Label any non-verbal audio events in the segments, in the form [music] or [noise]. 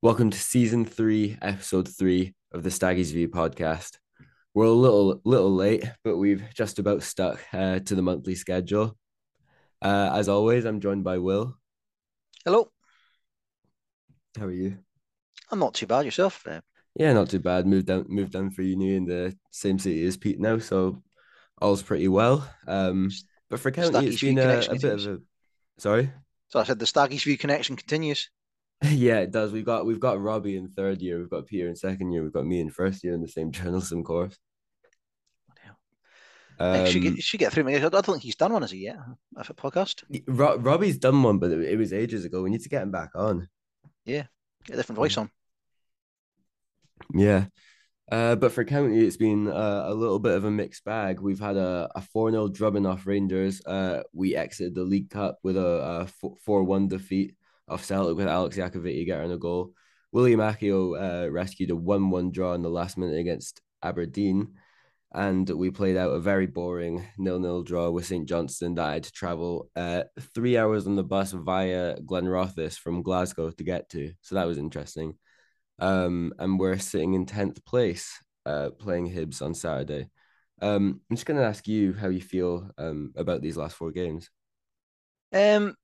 Welcome to season three, episode three of the Staggies View podcast. We're a little little late, but we've just about stuck uh, to the monthly schedule. Uh, as always, I'm joined by Will. Hello, How are you? I'm not too bad yourself. Uh, Yeah, not too bad. Moved down, moved down for uni in the same city as Pete now, so all's pretty well. Um, but for county, Staggies it's View been a, connection a bit of a sorry. so I said the Staggies View connection continues. [laughs] Yeah, it does. We've got we've got Robbie in third year, we've got Peter in second year, we've got me in first year in the same [laughs] journalism course. I should, Um, get, should get through. my- I don't think he's done one, has he yet? A f- podcast. y- Ro- Robbie's done one, but it, it was ages ago. We need to get him back on. Get a different voice Mm. on. Yeah. Uh, but for county, it's been uh, a little bit of a mixed bag. We've had a, a 4 0 drubbing off Rangers. Uh, we exited the League Cup with a, a 4 1 defeat off Celtic with Alex Yakoviti getting a goal. Willie Macchio uh, rescued a 1 1 draw in the last minute against Aberdeen. And we played out a very boring nil nil draw with St Johnston that I had to travel uh, three hours on the bus via Glenrothes from Glasgow to get to. So that was interesting um, and we're sitting in tenth place, uh, playing Hibs on Saturday. Um, I'm just gonna ask you how you feel um about these last four games. Um,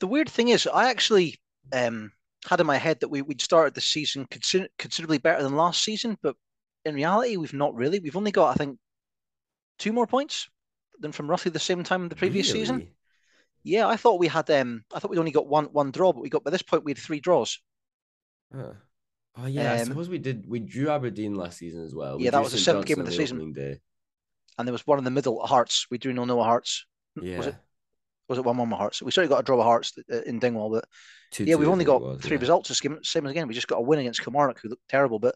the weird thing is, I actually um, had in my head that we, we'd started the season consider- considerably better than last season, but in reality, we've not really. We've only got, I think, two more points than from roughly the same time the previous season. Really? Yeah, I thought we had. Um, I thought we'd only got one one draw, but we got by this point we had three draws. Huh. Oh yeah, I Um, suppose we did. We drew Aberdeen last season as well. We Yeah, that drew was the St seventh game of Johnstone the season. on the opening and there was one in the middle at Hearts. We drew no no at Hearts. day. Mm, Was Yeah, it was it one one at Hearts? We certainly got a draw at Hearts uh, in Dingwall, but two, yeah, we've I only think got it was, three yeah. results. This game, same as again. We just got a win against Kilmarnock, who looked terrible, but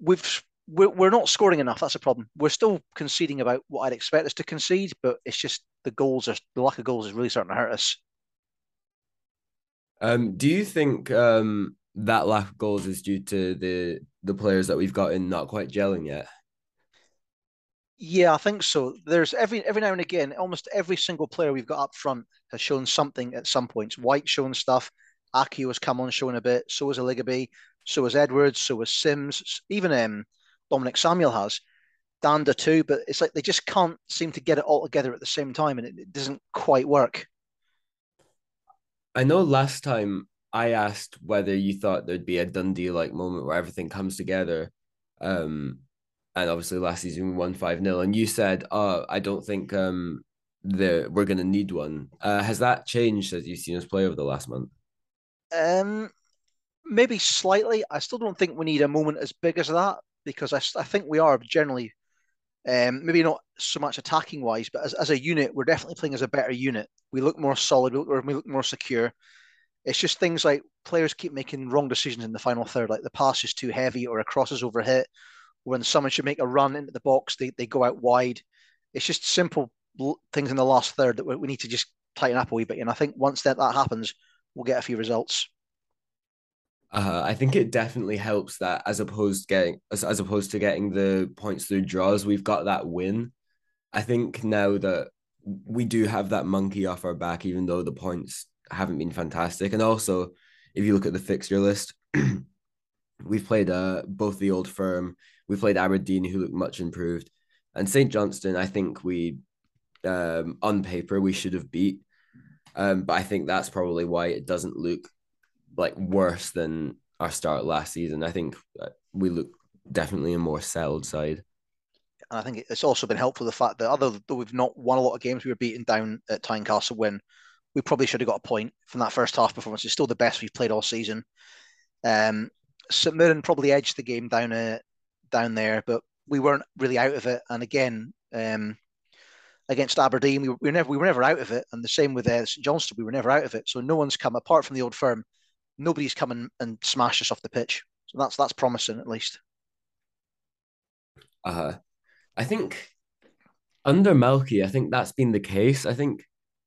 we've we're, we're not scoring enough. That's a problem. We're still conceding about what I'd expect us to concede, but it's just the goals are the lack of goals is really starting to hurt us. Um, do you think um that lack of goals is due to the the players that we've got in not quite gelling yet? Yeah, I think so. There's every every now and again, almost every single player we've got up front has shown something at some points. White shown stuff. Aki has come on showing a bit. So has Aligaby. So has Edwards. So has Sims. s- Even um, Dominic Samuel has. Danda too. But it's like they just can't seem to get it all together at the same time, and it, it doesn't quite work. I know last time I asked whether you thought there'd be a Dundee like moment where everything comes together. Um, and obviously last season we won 5 0, and you said, Oh, I don't think um there we're gonna need one. Uh, has that changed as you've seen us play over the last month? Um, maybe slightly. I still don't think we need a moment as big as that because I, s- I think we are generally, um, maybe not so much attacking wise, but as, as a unit, we're definitely playing as a better unit. We look more solid, we look, we look more secure. It's just things like players keep making wrong decisions in the final third, like the pass is too heavy or a cross is overhit. When someone should make a run into the box, they, they go out wide. It's just simple l- things in the last third that we, we need to just tighten up a wee bit. And I think once that, that happens, we'll get a few results. Uh, I think it definitely helps that as opposed to getting as, as opposed to getting the points through draws, we've got that win. I think now that we do have that monkey off our back, even though the points haven't been fantastic. And also, if you look at the fixture list, [clears throat] we've played uh both the old firm, we played Aberdeen, who looked much improved, and St Johnston. I think we, um, on paper, we should have beat. Um, but I think that's probably why it doesn't look like worse than our start last season. I think uh, we look definitely a more settled side. And I think it's also been helpful the fact that although though we've not won a lot of games, we were beaten down at Tynecastle when we probably should have got a point from that first half performance. It's still the best we've played all season. Um, St Mirren probably edged the game down uh, down there, but we weren't really out of it. And again, um, against Aberdeen, we were, we were never we were never out of it. And the same with uh, St Johnston, we were never out of it. So no one's come apart from the old firm. Nobody's come and, and smashed us off the pitch. So that's that's promising at least. Uh, I think under Melky, I think that's been the case. I think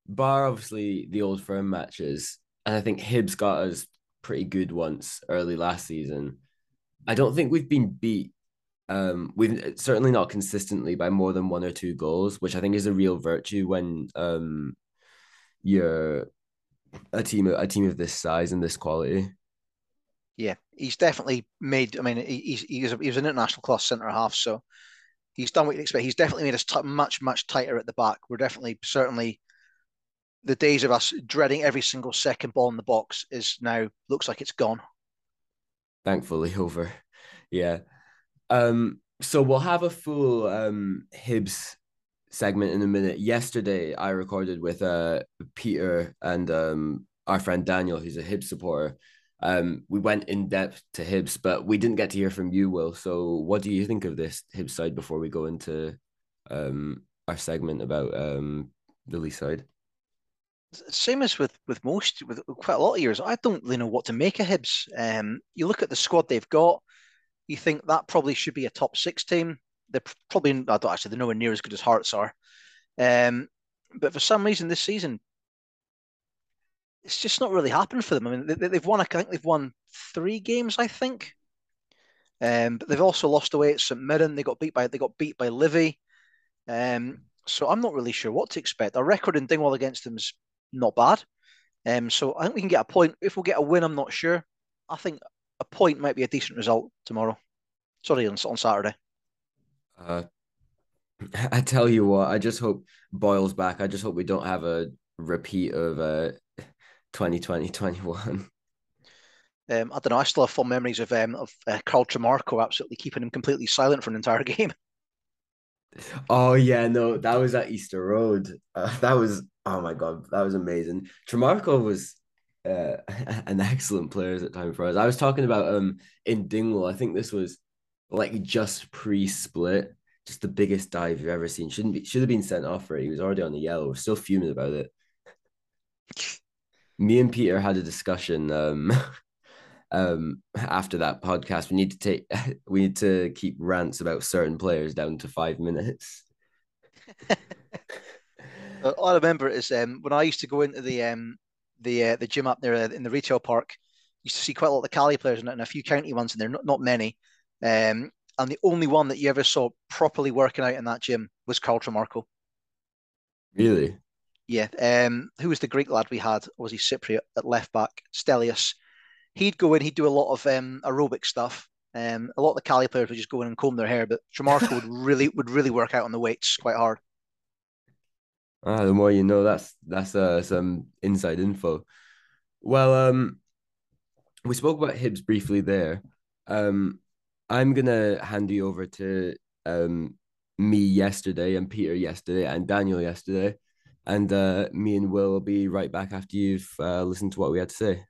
bar obviously the old firm matches, and I think Hibbs got us pretty good once early last season. I don't think we've been beat. Um, we've certainly not consistently by more than one or two goals, which I think is a real virtue when um you're a team a team of this size and this quality. yeah, he's definitely made. I mean, he- he's he's a, he was an international class centre half, so he's done what you'd expect. He's definitely made us t- much much tighter at the back. We're definitely certainly the days of us dreading every single second ball in the box is now looks like it's gone. thankfully [laughs] over. Yeah. Um, so we'll have a full um Hibs segment in a minute. Yesterday I recorded with uh Peter and um our friend Daniel, who's a Hibs supporter. Um, we went in depth to Hibs, but we didn't get to hear from you, Will. So what do you think of this Hibs side before we go into um our segment about um the Lee side? same as with with most with quite a lot of years. I don't really know what to make of Hibs. Um, you look at the squad they've got, you think that probably should be a top six team. They're p- probably I don't actually they're nowhere near as good as Hearts are. Um, but for some reason this season, it's just not really happened for them. I mean, they, they've won. I think they've won three games. I think. Um, but they've also lost away at St Mirren. They got beat by they got beat by Livy. Um, so I'm not really sure what to expect. Our record in Dingwall against them is not bad. Um, so I think we can get a point. If we'll get a win, I'm not sure. I think a point might be a decent result tomorrow. Sorry, on, on Saturday. Uh, [laughs] I tell you what, I just hope Boyle's back. I just hope we don't have a repeat of uh 2020 21. Um, I don't know. I still have fond memories of um, of uh, Carl Tremarco absolutely keeping him completely silent for an entire [laughs] game. [laughs] Oh yeah, no, that was at Easter Road. Uh, that was oh my god, that was amazing. Tremarco was uh, [laughs] an excellent player at the time for us. I was talking about um in Dingwall. I think this was like just pre-split, just the biggest dive you've ever seen. Shouldn't be should have been sent off for it. He was already on the yellow. We're still fuming about it. Me and Peter had a discussion um [laughs] um after that podcast. We need to take [laughs] we need to keep rants about certain players down to five minutes. Uh, All I remember is um, when I used to go into the um, the uh, the gym up there uh, in the retail park. Used to see quite a lot of the Cali players and, and a few county ones in there, not not many. Um, and the only one that you ever saw properly working out in that gym was Carl Tremarco. Really? Yeah. Um, who was the Greek lad we had? Or was he Cypriot at left back? Stelios. He'd go in, he'd do a lot of um, aerobic stuff. Um, a lot of the Cali players would just go in and comb their hair, but Tremarco would really would really work out on the weights quite hard. Ah, the more you know, that's that's uh, some inside info. Well, um, we spoke about Hibs briefly there. Um, I'm gonna hand you over to um me yesterday and Peter yesterday and Daniel yesterday, and uh, me and Will will be right back after you've uh, listened to what we had to say.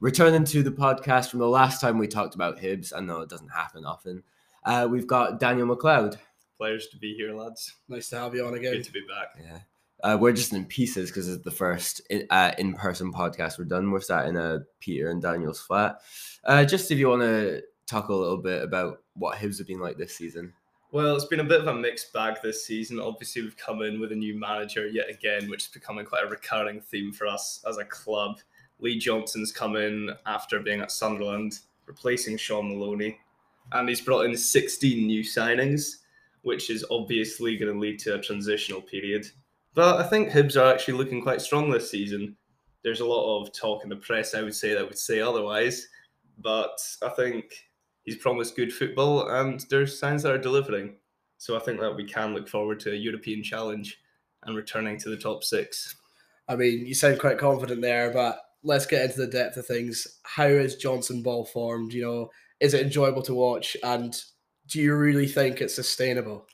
Returning to the podcast from the last time we talked about Hibs, I know it doesn't happen often. Uh, we've got Daniel McLeod. Players to be here, lads. Nice to have you on again. Good to be back. Yeah. Uh, we're just in pieces because it's the first in, uh, in-person podcast we're done. We're sat in uh, Peter and Daniel's flat. Uh, just if you want to talk a little bit about what Hibs have been like this season. Well, it's been a bit of a mixed bag this season. Obviously, we've come in with a new manager yet again, which is becoming quite a recurring theme for us as a club. Lee Johnson's come in after being at Sunderland, replacing Sean Maloney, and he's brought in 16 new signings, which is obviously going to lead to a transitional period. But I think Hibs are actually looking quite strong this season. There's a lot of talk in the press, I would say, that would say otherwise. But I think he's promised good football, and there's signs that are delivering. So I think that we can look forward to a European challenge and returning to the top six. I mean, you sound quite confident there, but let's get into the depth of things. How is Johnson ball formed? You know, is it enjoyable to watch? And do you really think it's sustainable?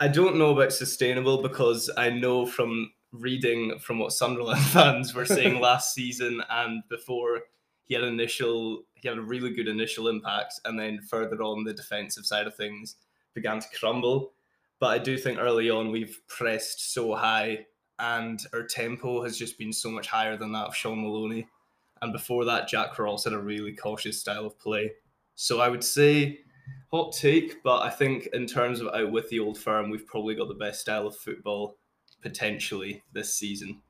I don't know about sustainable because I know from reading from what Sunderland [laughs] fans were saying last season and before he had initial he had a really good initial impact and then further on the defensive side of things began to crumble. But I do think early on we've pressed so high and our tempo has just been so much higher than that of Sean Maloney. And before that Jack Ross had a really cautious style of play. So I would say hot take, but I think in terms of out with the old firm, we've probably got the best style of football potentially this season.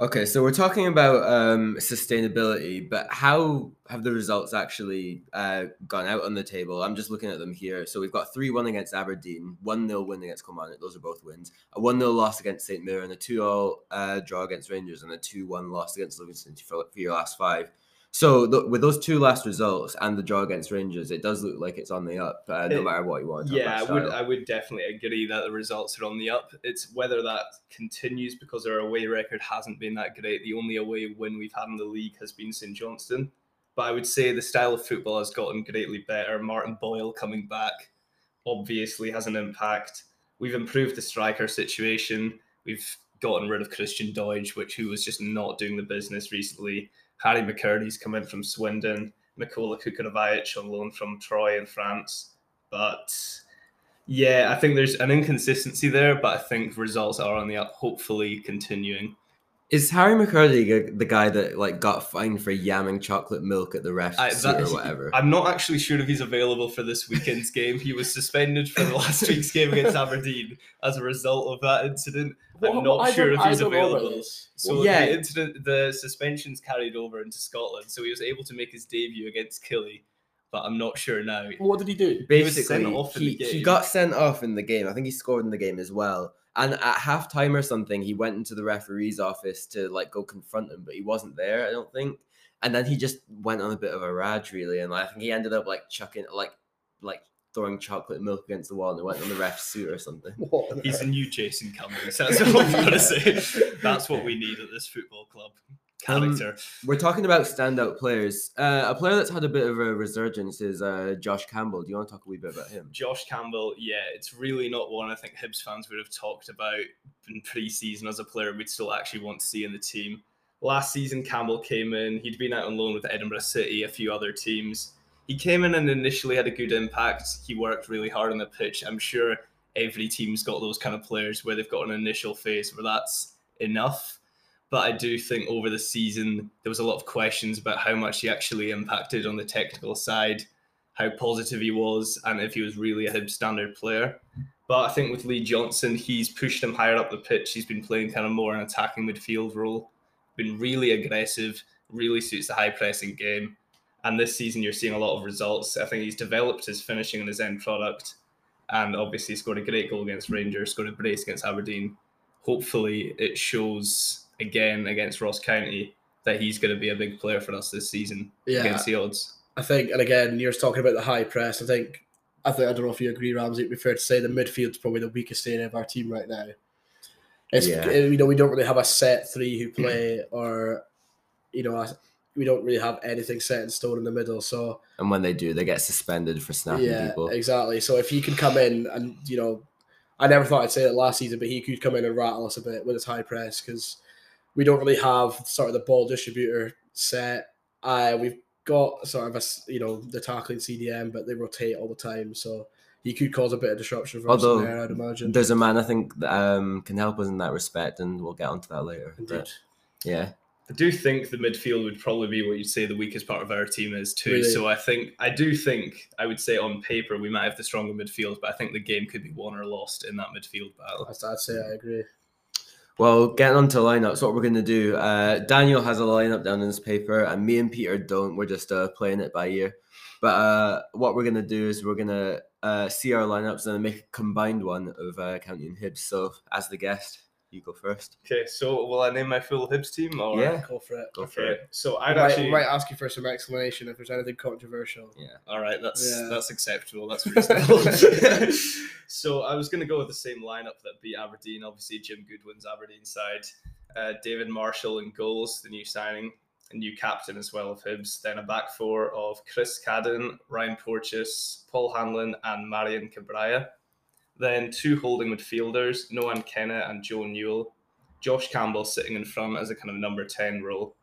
Okay, so we're talking about um, sustainability, but how have the results actually uh, gone out on the table? I'm just looking at them here. So we've got 3 1 against Aberdeen, 1 0 win against Kilmarnock, those are both wins, a 1 0 loss against St. Mirren, a 2 0 uh, draw against Rangers, and a 2 1 loss against Livingston for, for your last five. So th- with those two last results and the draw against Rangers, it does look like it's on the up, uh, no It- matter what you want to talk Yeah, I about would style. I would definitely agree that the results are on the up. It's whether that continues because our away record hasn't been that great. The only away win we've had in the league has been St Johnston. But I would say the style of football has gotten greatly better. Martin Boyle coming back obviously has an impact. We've improved the striker situation. We've gotten rid of Christian Deutsch, which who was just not doing the business recently. Harry McCurdy's come in from Swindon. Mikola Kukunovic on loan from Troy in France. But yeah, I think there's an inconsistency there, but I think results are on the up, hopefully continuing. Is Harry McCurdy g- the guy that like got fined for yamming chocolate milk at the ref's I- seat that- or whatever? I'm not actually sure if he's available for this weekend's game. He was suspended for the last week's game against Aberdeen as a result of that incident. I'm Well, not I sure don't- if I he's don't know about available. this. So Yeah. the incident, the suspensions carried over into Scotland, so he was able to make his debut against Killy, but I'm not sure now. What did he do? He was sent basically off in he, the he game. got sent off in the game i think he scored in the game as well and at halftime or something he went into the referee's office to like go confront him but he wasn't there i don't think and then he just went on a bit of a rage really and like, i think he ended up like chucking like like throwing chocolate milk against the wall and it went on the ref's suit or something What on He's earth? a new Jason Cummings. That's all I'm gonna say. That's what we need at this football club. Um, Character. we're talking about standout players uh, a player that's had a bit of a resurgence is uh, josh campbell do you want to talk a wee bit about him Josh Campbell, yeah, it's really not one I think Hibs fans would have talked about in pre-season as a player we'd still actually want to see in the team. Last season, Campbell came in. He'd been out on loan with Edinburgh City, a few other teams. He came in and initially had a good impact. He worked really hard on the pitch. I'm sure every team's got those kind of players where they've got an initial phase where that's enough. But I do think over the season there was a lot of questions about how much he actually impacted on the technical side how positive he was and if he was really a Hib standard player. But I think with Lee Johnson, he's pushed him higher up the pitch. He's been playing kind of more an attacking midfield role, been really aggressive, really suits the high pressing game. And this season, you're seeing a lot of results. I think he's developed his finishing and his end product. And obviously, scored a great goal against Rangers, scored a brace against Aberdeen. Hopefully, it shows again against Ross County that he's going to be a big player for us this season Yeah, against the odds. I think, and again, you're talking about the high press. I think, I think I don't know if you agree, Ramsey. It'd be fair to say the midfield's probably the weakest area of our team right now. It's eh, Yeah. you know we don't really have a set [clears throat] three who play, or you know a- we don't really have anything set in stone in the middle. So and when they do they get suspended for snapping yeah, people exactly. So if he can come in and you know, I never thought I'd say it last season, but he could come in and rattle us a bit with his high press because we don't really have sort of the ball distributor set. Uh, we've got sort of a s- you know the tackling CDM, but they rotate all the time, so he could cause a bit of disruption for Although, us in there. I'd imagine. There's a man I think that um, can help us in that respect, and we'll get onto that later. but, Indeed. yeah, I do think the midfield would probably be what you'd say the weakest part of our team is too. Really? So I think I do think I would say on paper we might have the stronger midfield, but I think the game could be won or lost in that midfield battle. I'd I'd say I agree. well, getting onto lineups, what we're going to do. Uh, Daniel has a lineup down in his paper, and me and Peter don't. We're just uh, playing it by ear. But uh, what we're going to do is we're going to uh, see our lineups and make a combined one of uh, County and Hibs. So, as the guest, you go first. Okay, so will I name my full Hibs team? Or? Yeah. Go for it. Go for Okay, it. so I I'd might, actually. might ask you for some explanation if there's anything controversial. All right, that's Yeah. that's acceptable. [laughs] That's reasonable. so I was going to go with the same lineup that beat Aberdeen. Obviously, Jim Goodwin's Aberdeen side, uh, David Marshall in goals, the new signing, a new captain as well of Hibs. Then a back four of Chris Cadden, Ryan Porteous, Paul Hanlon, and Marion Cabrera. Then two holding midfielders, Noan Kenna and Joe Newell. Josh Campbell sitting in front as a kind of number 10 role.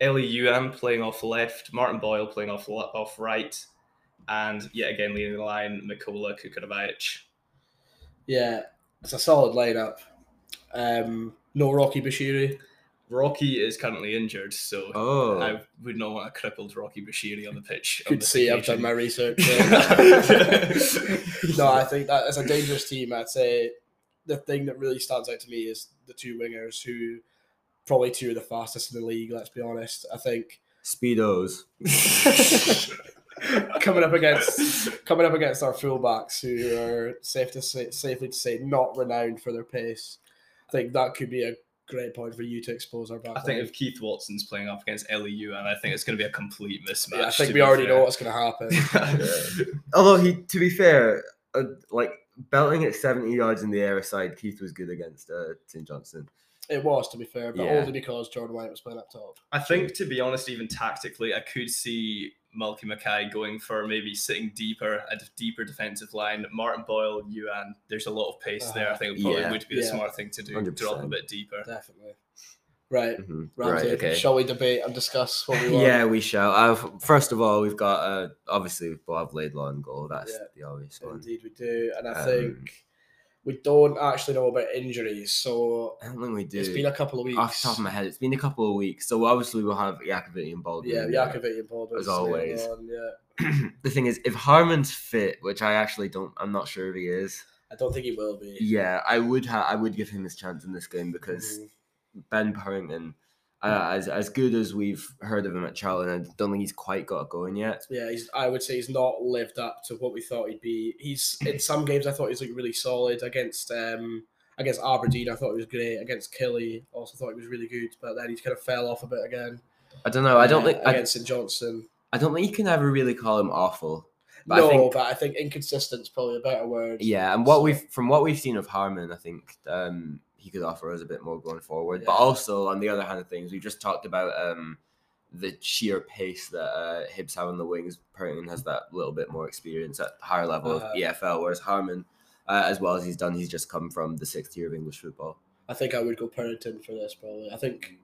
Ellie Yuan playing off left, Martin Boyle playing off le- off right, and yet again leading the line, Mikola Kukunovic. Yeah, it's a solid lineup. Um, no Rocky Bashiri. Rocky is currently injured, so Oh, I would not want a crippled Rocky Bashiri on the pitch. on Good to this see I've done occasion. my research. [laughs] Yeah. no, I think that it's a dangerous team. I'd say the thing that really stands out to me is the two wingers who probably two of the fastest in the league. Let's be honest. [laughs] I think Speedos. coming up against coming up against our fullbacks, who are safe to say, safely to say not renowned for their pace. I think that could be a great point for you to expose our [laughs] back. I think line. if Keith Watson's playing up against LEU, and I think it's going to be a complete mismatch. Yeah, I think to we be already [laughs] know fair. what's going to happen. Although he, to be fair, uh, like belting at seventy yards in the air aside, Keith was good against uh, Tim Johnson. It was, to be fair, [laughs] but Yeah. only because Jordan White was playing up top. I think, to be honest, even tactically, I could see Mulkey Mackay going for maybe sitting deeper, a d- deeper defensive line. Martin Boyle, Yuan, there's a lot of pace there. I think it probably Yeah. would be the Yeah. smart thing to do, drop a 100%. bit deeper. Definitely. Right, Mhm. Ramsey, shall we debate and [laughs] discuss what we want? Yeah, we shall. I've, first of all, we've got uh, obviously we'll have Laidlaw and goal. That's Yeah. the obvious one. Indeed, we do. And I Um, think we don't actually know about injuries, so I don't think we do. it's been a couple of weeks. Off the top of my head, it's been a couple of weeks. So obviously we'll have Yakovic and Baldwin. yeah, in there. Yakovic and Baldwin. As later always. on, yeah. [clears throat] the thing is, if Harmon's fit, which I actually don't, I'm not sure if he is. I don't think he will be. Yeah, I would ha- I would give him his chance in this game because Mhm. Ben Purrington, uh, as as good as we've heard of him at Charlton, I don't think he's quite got it going yet. Yeah, he's, I would say he's not lived up to what we thought he'd be. He's in some games I thought he was like really solid against um against Aberdeen. I thought he was great against Killy. Also thought he was really good, but then he kind of fell off a bit again. I don't know. Oh, I don't uh, think I, against St Johnson. I don't think you can ever really call him awful. But no, I think but I think inconsistent's probably a better word. yeah, and what So- we've from what we've seen of Harmon, I think um, he could offer us a bit more going forward. But Yeah. also on the other hand of things, we just talked about um, the sheer pace that uh, Hibbs have on the wings. Purrington has that little bit more experience at the higher level Uh-huh. of EFL, whereas Harmon, uh, as well as he's done, he's just come from the sixth tier of English football. I think I would go Pennington for this probably. I think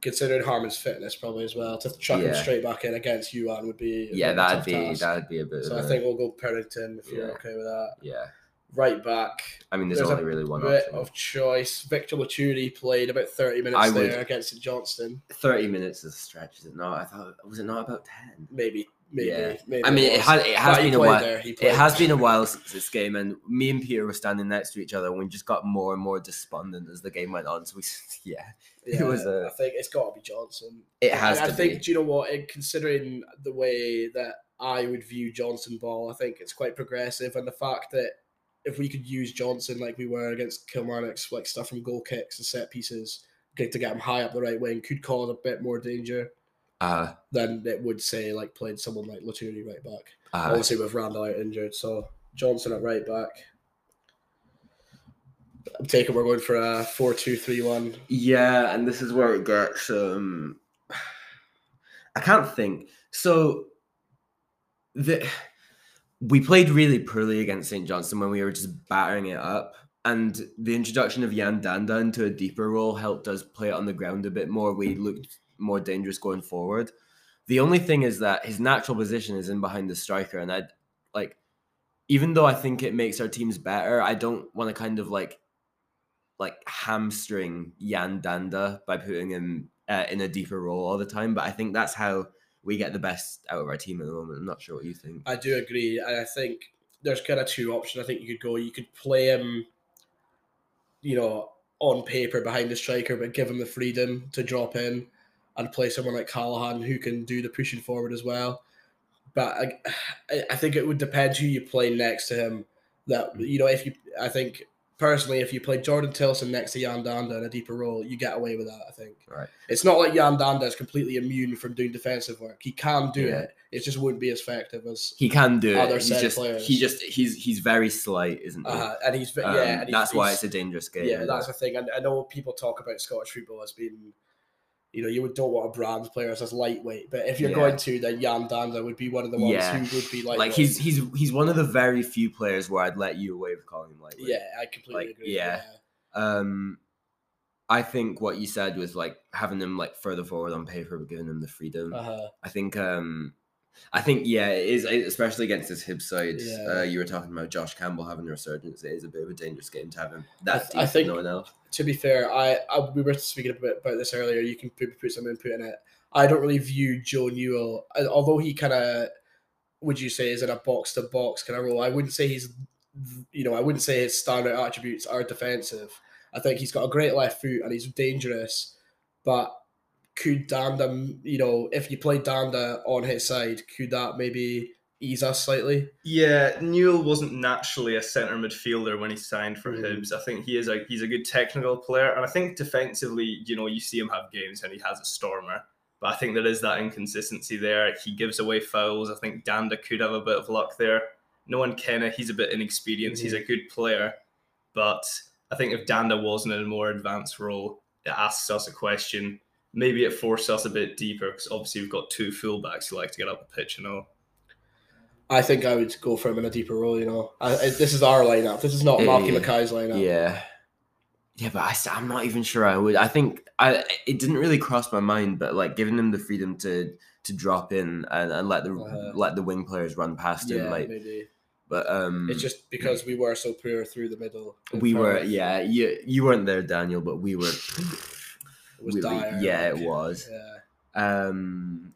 considering Harmon's fitness probably as well to chuck him Yeah. straight back in against Yuan would be Yeah, a that'd tough be task. that'd be a bit. So of I a- think we'll go Pennington if you're Yeah. okay with that. yeah. Right back. I mean, there's, There's a only really one bit option. of choice. Victor Laturi played about 30 minutes I there would- against St Johnston. Thirty minutes is a stretch, is it not? I thought was it not about ten? Maybe, maybe, Yeah. maybe. I mean, it was. had it has But he been a played while. there, he It played. has been a while since this game, and me and Peter were standing next to each other, and we just got more and more despondent as the game went on. So we, [laughs] s- yeah, it Yeah, was a- I think it's got to be Johnson. it has And I to think, be. do you know what? In considering the way that I would view Johnson ball, I think it's quite progressive, and the fact that if we could use Johnson like we were against Kilmarnock's, like stuff from goal kicks and set pieces, get to get him high up the right wing, could cause a bit more danger Uh, than it would say like playing someone like Laturi right back. uh, Obviously, with Randall out injured, so Johnson at right back. I'm taking we're going for a four-two-three-one. yeah, and this is where it gets. Um, I can't think. So the we played really poorly against St. Johnson when we were just battering it up. And the introduction of Yan Danda into a deeper role helped us play it on the ground a bit more. We looked more dangerous going forward. The only thing is that his natural position is in behind the striker. And I like, even though I think it makes our teams better, I don't want to kind of like like hamstring Yan Danda by putting him uh, in a deeper role all the time. But I think that's how we get the best out of our team at the moment. I'm not sure what you think. I do agree, and I think there's kind of two options. I think you could go. You could play him, you know, on paper behind the striker, but give him the freedom to drop in and play someone like Callahan who can do the pushing forward as well. But I, I- I think it would depend who you play next to him. That you know, if you, I think personally, if you play Jordan Tilson next to Jan Danda in a deeper role, you get away with that. I think. Right. It's not like Jan Danda is completely immune from doing defensive work. He can do Yeah. it. It just wouldn't be as effective as He can do Other it. He's set just players. he just he's he's very slight, isn't he? Uh, and he's ve- Um, yeah, and he's- that's why he's- it's a dangerous game. yeah, that's the thing. And I know people talk about Scottish football as being, you know, you would don't want a brand player as lightweight, but if you're Yeah. going to, then Jan Danda would be one of the ones Yeah. who would be like, lightweight. he's he's he's one of the very few players where I'd let you away with calling him lightweight. yeah, I completely like, agree. yeah. Um, I think what you said was like having him like further forward on paper, but giving him the freedom. Uh-huh. I think um, I think yeah, it is especially against this Hib side. Yeah. Uh, you were talking about Josh Campbell having a resurgence. It is a bit of a dangerous game to have him that th- deep I with think- no one else. To be fair, I, I we were speaking a bit about this earlier. You can put, put some input in it. I don't really view Joe Newell, uh, although he kind of, would you say, is in a box to box kind of role. I wouldn't say he's, you know, I wouldn't say his standout attributes are defensive. I think he's got a great left foot and he's dangerous, But could Danda, you know, if you play Danda on his side, could that maybe ease us slightly? Yeah, Newell wasn't naturally a centre midfielder when he signed for Mhm. Hibs. I think he is a he's a good technical player, and I think defensively, you know, you see him have games and he has a stormer. But I think there is that inconsistency there. He gives away fouls. I think Danda could have a bit of luck there. No one Kenna, he's a bit inexperienced. He's a good player, but I think if Danda wasn't in a more advanced role, it asks us a question. Maybe it forces us a bit deeper because obviously we've got two fullbacks who like to get up the pitch and all. I think I would go for him in a deeper role. You know, I, I- this is our lineup. This is not Malky Yeah. Mackay's Yeah. lineup. yeah. but I, s- I'm not even sure I would. I think I it didn't really cross my mind, but like giving him the freedom to to drop in and, and let the Uh-huh. let the wing players run past him, Yeah, like. maybe But um, it's just because we were so poor through the middle. in we front were, of- yeah, you you weren't there, Daniel, but we [laughs] were. It was we- we- dire. yeah, it like, was. Yeah. Um,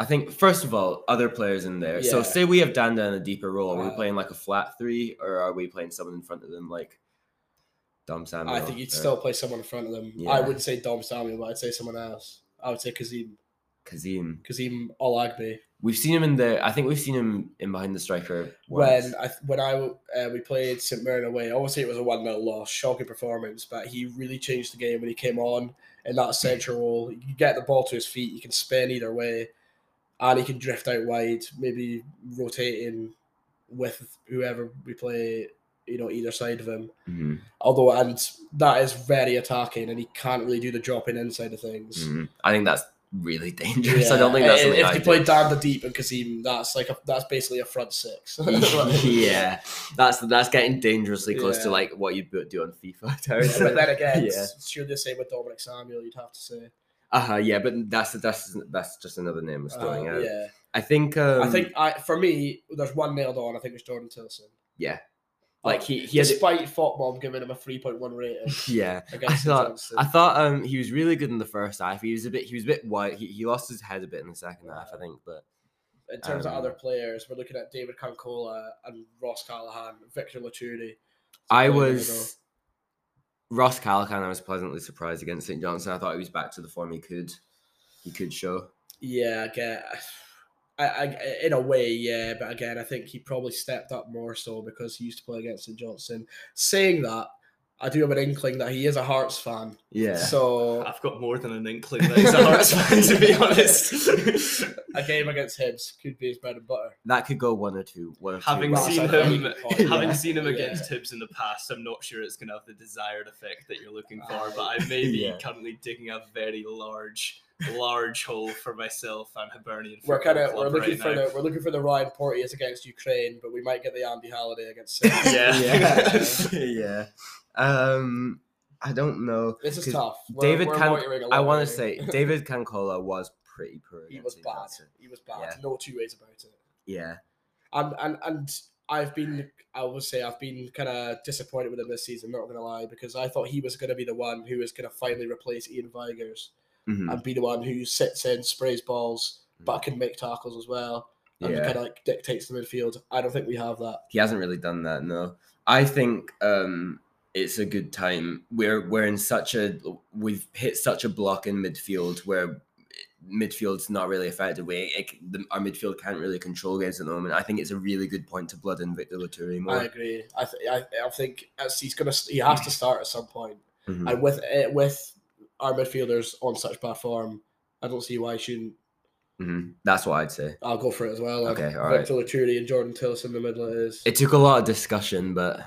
I think first of all, other players in there. So Yeah. say we have Danda in a deeper role. Are we Uh, playing like a flat three, or are we playing someone in front of them like Dom Samuel? I think you'd or still play someone in front of them. Oh, uh, Yeah. I wouldn't say Dom Samuel, but I'd say someone else. I would say Kazim, Kazim. Kazim Olagbe. We've seen him in there. I think we've seen him in behind the striker. once. When I when I uh, we played St Mirren away, obviously it was a one 0 loss, shocking performance, but he really changed the game when he came on in that central role. You get the ball to his feet, he can spin either way, and he can drift out wide, maybe rotating with whoever we play, you know, either side of him. Mhm, although and that is very attacking and he can't really do the dropping inside of things. mhm. I think that's really dangerous. I don't Yeah, think that's and something if I you do. [laughs] play [laughs] down the deep and Kazim, that's like a, that's basically a front six. [laughs] yeah, that's that's getting dangerously close to Yeah. like what you'd do on [laughs] FIFA. Terrence. but then again, Yeah. it's sure the same with Dominic Samuel, you'd have to say. Uh-huh, yeah, but that's that's that's just another name that's throwing Uh, out. yeah, I think um, I think I for me, there's one nailed on. I think it's Jordan Tilson. Oh, like he he has Despite Fotbomb giving him a 3.1 rating [laughs] yeah. against I thought- Southampton. I thought um he was really good in the first half. He was a bit he was a bit wide. He, he lost his head a bit in the second half, I think. But in terms um, of other players, we're looking at David Cancola and Ross Callahan, Victor Laturi. I was Ross Calacan. I was pleasantly surprised against St Johnson. I thought he was back to the form he could he could show. Yeah, again, I, I, in a way, yeah, but again, I think he probably stepped up more so because he used to play against St Johnson. Saying that, I do have an inkling that he is a Hearts fan, Yeah, so I've got more than an inkling that he's a Hearts fan, to [laughs] be honest. [laughs] a game against Hibs could be his bread and butter. that could go one or two. One or two having ways. Well, seen that's him, a great having point, seen him yeah. against Hibs in the past, I'm not sure it's going to have the desired effect that you're looking for. But [sighs] I may be Yeah. currently digging a very large, large hole for myself and Hibernian. We're Football kind of Club we're looking right for now. the we're looking for the Ryan Porteous against Ukraine, but we might get the Andy Halliday [laughs] against. Hibs. Yeah. [laughs] [laughs] yeah, yeah. Um, I don't know. This is 'Cause tough. David Can- loitering a I lot want to here. say David Cancola was pretty poor. he against was St. bad. Johnstone. He was bad. Yeah. No two ways about it. Yeah, and and and I've been I will say I've been kind of disappointed with him this season. Not gonna lie, because I thought he was gonna be the one who was gonna finally replace Ian Vigers Mhm. and be the one who sits in, sprays balls, but can make tackles as well, and Hmm. yeah. kind of like dictates the midfield. I don't think we have that. He hasn't really done that. No, I think um, it's a good time. We're we're in such a we've hit such a block in midfield where midfield's not really affected. We it, c- the, our midfield can't really control games at the moment. I think it's a really good point to blood in Victor Latoury I more. agree. I th- I, I think as he's gonna he has to start at some point, Mhm. and with eh, with our midfielders on such bad form. I don't see why he shouldn't. Mhm. That's what I'd say. I'll go for it as well. Um, Okay, all right. Victor Laturi and Jordan Tillis in the middle it is. It took a lot of discussion, but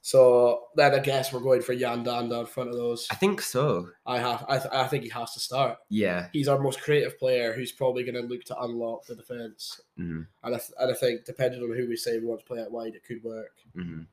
So then I guess we're going for Yan Danda in front of those. I think so. I have I, th- I think he has to start. Yeah. He's our most creative player who's probably going to look to unlock the defense. Mhm. And I, th- and I think depending on who we say we want to play out wide, it could work. Mhm.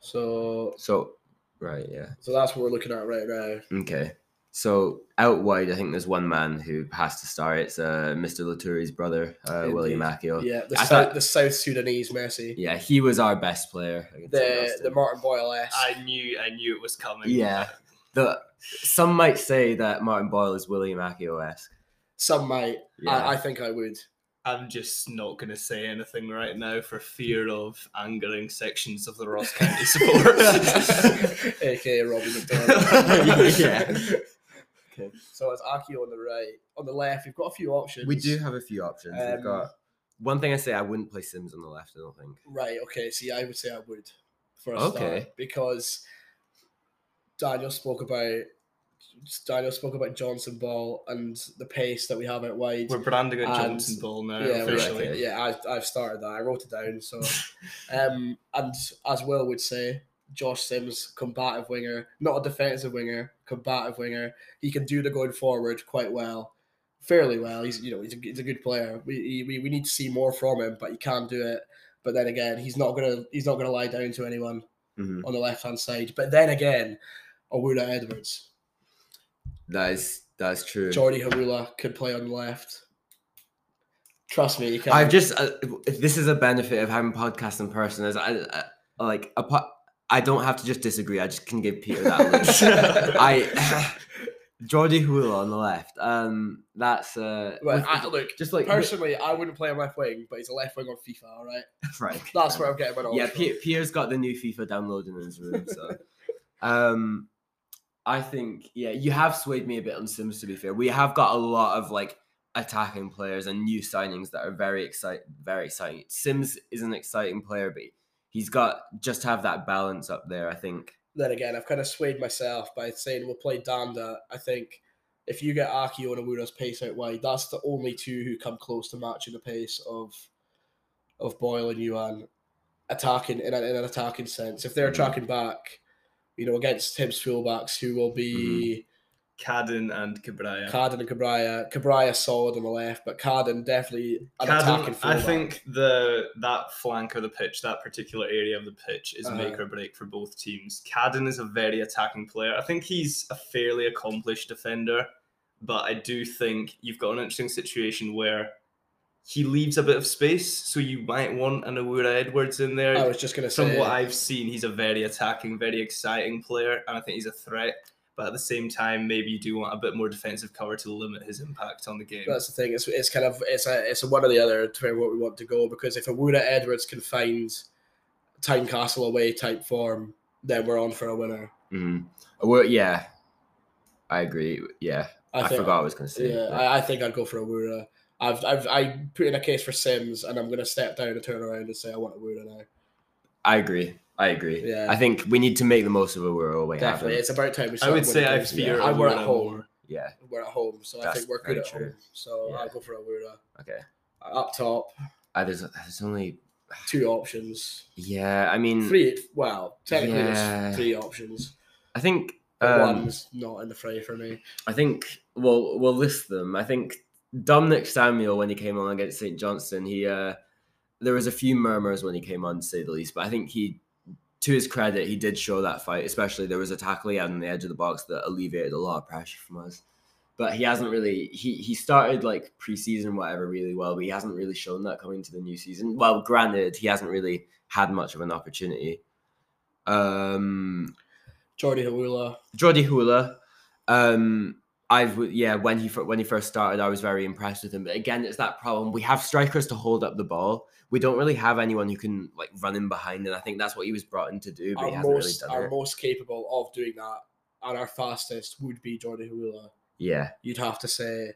So So right, yeah. so that's what we're looking at right now. Okay. So out wide, I think there's one man who has to start. It's uh, Mr. Latour's brother, uh, Willie Indeed. Macchio. Yeah. Yeah, the I South, thought- the South Sudanese Messi, he was our best player. against the St. the Martin Boyle esque. I knew, I knew it was coming. Yeah. the some might say that Martin Boyle is Willie Macchio esque. Some might. Yeah. I, I think [laughs] I would. I'm just not going to say anything right now for fear of angering sections of the Ross [laughs] [laughs] County [laughs] support. [laughs] AKA Robbie McDonald. Yeah. Okay. So it's Aki on the right. On the left, you've got a few options. We do have a few options. Um, We've got one thing I say I wouldn't play Sims on the left, I don't think. Right. Okay. See, I would say I would for a Okay. start because Daniel spoke about Daniel spoke about Johnson Ball and the pace that we have out wide. We're branding it And- Johnson Ball now yeah, we're- officially. okay. yeah. I've, I've started that. I wrote it [laughs] down. So, um, and as Will would say, Josh Sims, combative winger, not a defensive winger, combative winger. He can do the going forward quite well, fairly well. He's you know he's a, he's a good player. We, we we need to see more from him, but he can do it. But then again, he's not gonna he's not gonna lie down to anyone Mhm. on the left hand side. But then again, Awula Edwards, That is that's true. Jordi Hawula could play on the left. Trust me, he can. I've just uh, this is a benefit of having podcasts in person is I, I like a po- I don't have to just disagree. I just can give Peter that [laughs] list. I [laughs] Jordi Hula on the left. Um, that's uh, Well, with- I, look, just like Personally, I wouldn't play him left wing, but he's a left wing on FIFA, all right? Frank. That's where I'm getting my knowledge yeah, from. Pe- Pierre's got the new FIFA downloading in his room, so um, I think yeah, you have swayed me a bit on Sims. To be fair, we have got a lot of like attacking players and new signings that are very exciting. Very exciting. Sims is an exciting player, but he's got just have that balance up there. I think. Then again, I've kind of swayed myself by saying we'll play Danda. I think if you get Aki and Awura's pace out wide, that's the only two who come close to matching the pace of of Boyle and Yuan attacking in, an in an attacking sense. If they're Mm-hmm. Mhm. tracking back, you know, against Hibs fullbacks who will be Mm-hmm. Cadden and Cabrera. Carden and Cabrera. Cabrera solid on the left, but Carden definitely an attacking Cadden, I fullback. think the that flank of the pitch, that particular area of the pitch, is make Uh-huh. or break for both teams. Cadden is a very attacking player. I think he's a fairly accomplished defender, but I do think you've got an interesting situation where he leaves a bit of space, so you might want an Awura Edwards in there. I was just gonna say From what I've seen, he's a very attacking, very exciting player, and I think he's a threat. But at the same time, maybe you do want a bit more defensive cover to limit his impact on the game. That's the thing. It's, it's kind of it's a it's a one or the other to where what we want to go because if Awuda Edwards can find Tyne Castle away type form, then we're on for a winner. Mm. Well, yeah, I agree. Yeah, I, think, forgot I was going to say. Yeah, but- I, I think I'd go for Awuda. I've I've I put in a case for Sims, and I'm gonna step down and turn around and say I want Awuda now. I agree. I agree. Yeah. I think we need to make the most of a world we have. Definitely, it's about time we. I start would say winning I games. fear And we're at Awuda home. more. Yeah. We're at home, so I That's think we're good very at true. home. So Yeah. I'll go for Awuda. Okay. Up top, Uh, there's there's only two options. yeah. I mean, Three. Well, technically, Yeah. there's three options. I think But um, one's not in the fray for me. I think we'll we'll list them. I think Dominic Samuel when he came on against St Johnston, he uh, there was a few murmurs when he came on to say the least, but I think he to his credit he did show that fight. Especially there was a tackle he had on the edge of the box that alleviated a lot of pressure from us. But he hasn't really he he started like preseason whatever really well, but he hasn't really shown that coming to the new season. Well, granted, he hasn't really had much of an opportunity. Um Jordi Hawula. Jordi Hula. Um, I've yeah, when he fir- when he first started, I was very impressed with him. But again, it's that problem. We have strikers to hold up the ball. We don't really have anyone who can like run in behind, and I think that's what he was brought in to do. But he Our hasn't most, really done our it. most capable of doing that and our fastest would be Jordi Hawula. yeah, You'd have to say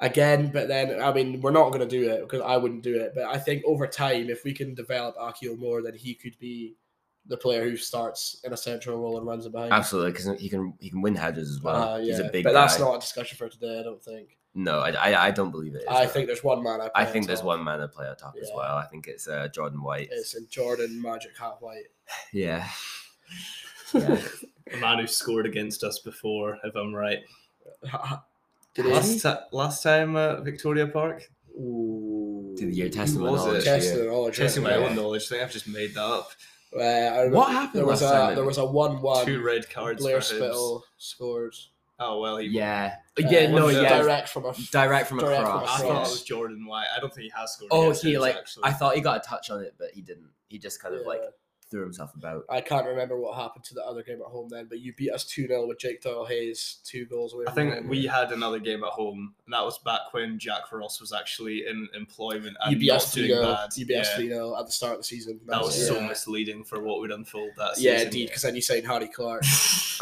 again, but then I mean we're not going to do it because I wouldn't do it. But I think over time, if we can develop Akio more, then he could be the player who starts in a central role and runs it behind. absolutely, because he can he can win headers as well. Uh, yeah. He's a big but guy. that's not a discussion for today. I don't think. no, I, I I don't believe it. Is, I no. think there's one man. I, I play think on there's top. one man to play on top as Yeah. well. I think it's uh, Jordan White. It's in Jordan Magic Hat White. [laughs] Yeah. [laughs] Yeah. A man who scored against us before, if I'm right. Did he? Last, ti- last time at Victoria Park? Ooh. Dude, you're testing my was it? knowledge here. Chester and all the Testing my Chester. own knowledge, I think I've just made that up. Uh, I remember What happened There was last a time, there was a one one Two red cards Blair for Hibs. Spittle scores. Oh, well, he Yeah. Uh, Yeah. No. was it Yeah. direct from a Direct from direct across. from I across. thought it was Jordan White. I don't think he has scored. Oh, against he Hibs, like actually. I thought he got a touch on it, but he didn't. He just kind of like Yeah. threw himself [laughs] about. I can't remember what happened to the other game at home then, but you beat us 2 0 with Jake Doyle Hayes, two goals I away. from think home. that we had another game at home, and that was back when Jack Ross was actually in employment you and beat not us 3 doing 0. bad. You beat us Yeah, 3 0 at the start of the season. That was so yeah. misleading for what would unfold that season. Yeah, indeed, because then you signed Harry [laughs] Clark.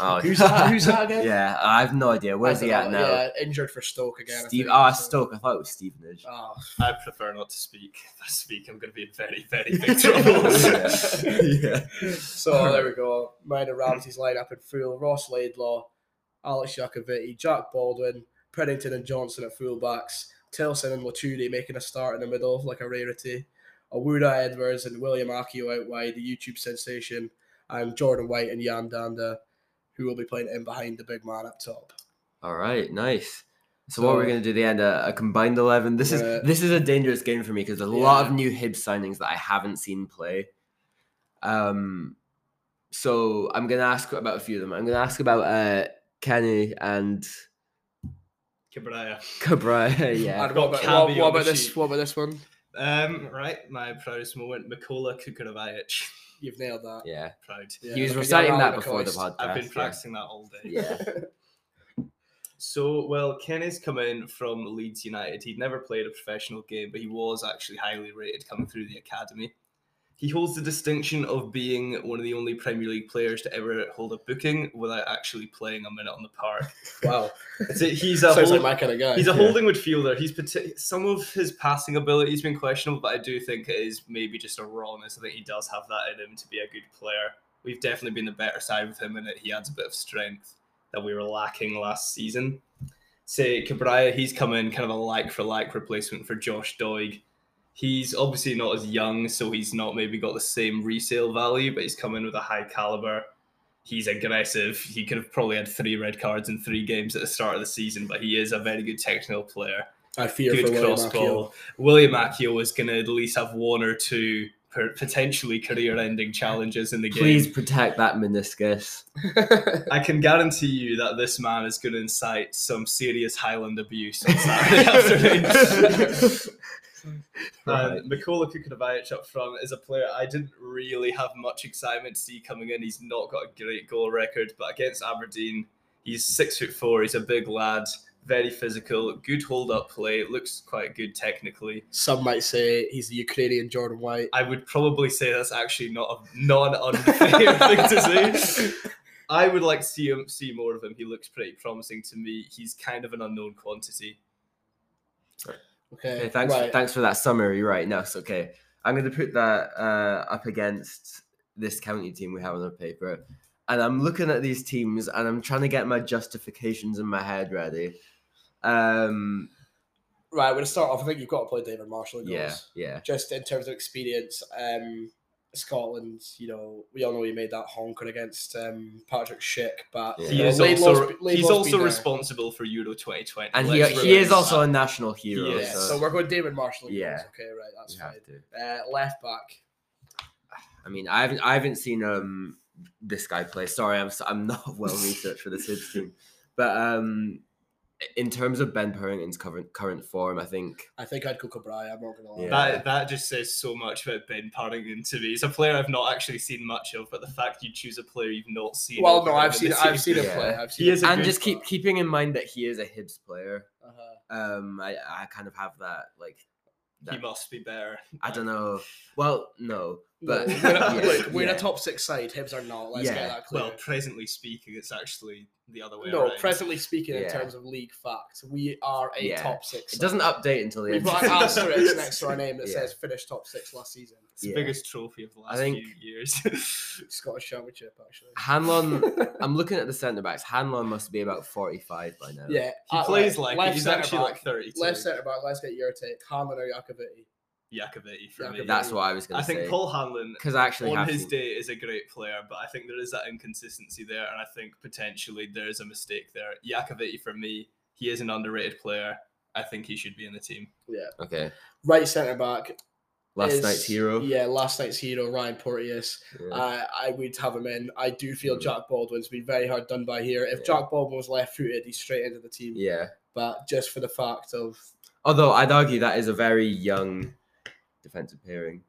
Oh, [laughs] Who's that, who's that again? yeah, I have no idea. Where's I he don't at know, now? Yeah, injured for Stoke again. I Steve. think, Ah, so- Stoke. I thought it was [laughs] Stevenage. Oh, I prefer not to speak. [laughs] If I speak, I'm going to be in very, very big [laughs] trouble. yeah. So uh, there we go. Minor Ramsey's lineup in full. Ross Laidlaw, Alex Jacovetti, Jack Baldwin, Pennington and Johnson at fullbacks. Tilson and Laturi making a start in the middle like a rarity. Awuda Edwards and William Akio out wide, the YouTube sensation, and Jordan White and Jan Danda, who will be playing in behind the big man up top. All right, nice. So, what we're So- gonna do at the end? A, a combined eleven. This Yeah. is this is a dangerous game for me because there's a lot of new Hibs signings that I haven't seen play. Um, so I'm gonna ask about a few of them. I'm gonna ask about uh Kenny and Cabrera. Cabra. [laughs] yeah, And what about, Cabby what, on what about the this? sheet. What about this one? Um, right, my proudest moment, Mikola Kukurovic. You've nailed that. yeah. [laughs] Proud. Yeah, He was look at reciting Jan that Danda before the Coist. podcast. I've been yeah. practicing that all day. Yeah. [laughs] So, well, Kenny's come in from Leeds United. He'd never played a professional game, but he was actually highly rated coming through the academy. He holds the distinction of being one of the only Premier League players to ever hold a booking without actually playing a minute on the park. Wow, It's- He's a, [laughs] sounds hold- like my kind of guy. he's a yeah. holding midfielder. He's parti- some of his passing ability has been questionable, but I do think it is maybe just a rawness. I think he does have that in him to be a good player. We've definitely been the better side with him, and it- he adds a bit of strength that we were lacking last season. Say Cabrera, he's come in kind of a like for like replacement for Josh Doig. He's obviously not as young, so he's not maybe got the same resale value, but he's come in with a high caliber. He's aggressive. He could have probably had three red cards in three games at the start of the season, but he is a very good technical player. I fear for good William cross Akio. ball. William Accio is going to at least have one or two per- potentially career-ending challenges in the game. Please protect that [laughs] meniscus. [laughs] I can guarantee you that this man is going to incite some serious Highland abuse [laughs] on Saturday afternoon. Um, Right. And Mikola Kukunovic up front is a player I didn't really have much excitement to see coming in. He's not got a great goal record, but against Aberdeen, he's six foot four. He's a big lad, very physical, good hold up play, looks quite good technically. Some might say he's the Ukrainian Jordan White. I would probably say that's actually not a not an unfair [laughs] thing to say. I would like to see him see more of him. He looks pretty promising to me. He's kind of an unknown quantity. Okay. Okay, thanks, Right. thanks for that summary. Right, next, okay. I'm going to put that uh, up against this county team we have on our paper. And I'm looking at these teams and I'm trying to get my justifications in my head ready. Um, right, we're gonna start off. I think you've got to play David Marshall. in goals. yeah, yeah. Just in terms of experience, um, Scotland. You know, we all know he made that honker against um, Patrick Schick, but Yeah. you He know, is Laidlaw's also be- he's Laidlaw's also been there. responsible for Euro 2020. And he, Let's he is remember also a that. national hero. is. Yeah, So, so we're going David Marshall. in goals, Yeah. Okay, right, that's we fine. have to. Uh, left back. I mean, I haven't, I haven't seen um this guy play. Sorry, I'm, s- I'm not [laughs] well researched for this Hibs team. But um, in terms of Ben Purrington's current current form, I think I think I'd go Cabrera. I'm not gonna lie. Yeah. That that just says so much about Ben Parrington to me. He's a player I've not actually seen much of, but the fact you choose a player you've not seen. well, over no, him I've in seen the team- I've seen him Yeah. play. I've seen He him is a play. and good just keep keeping in mind that he is a Hibs player. Uh-huh. Um, I, I kind of have that like He that, must be better. I don't know. Well, no, No, but we're, [laughs] yeah, a, look, we're yeah. a top six side. Hibs are not. Let's Yeah. get that clear. Well, presently speaking, it's actually the other way no, around. presently speaking, Yeah. in terms of league facts, we are a Yeah. top six. It side. doesn't update until the We've end. [laughs] got an of the ask- season. asterisk next to our name that Yeah. says finished top six last season. It's the Yeah. biggest trophy of the last think- few years. [laughs] Scottish Championship, actually. Ah, [laughs] Hanlon, I'm looking at the centre backs. Hanlon must be about 45 by now. yeah, he at plays left- like Uh, left it. he's centre actually back, like 32. left centre back. Let's get your take, Harmon or Jakovic. Yakovetti for me. Yakovetti. that's what I was gonna I think say. Paul Hanlon Because I actually on have his seen- day is a great player, but I think there is that inconsistency there, and I think potentially there is a mistake there. Yakovetti for me, he is an underrated player. I think he should be in the team. Okay, Right centre back. last is- night's hero. Yeah, last night's hero, Ryan Porteous. Yeah. I, I would have him in. I do feel Mm. Jack Baldwin's been very hard done by here. If Yeah. Jack Baldwin was left footed, he's straight into the team. yeah. But just for the fact of Although I'd argue that is a very young defensive pairing.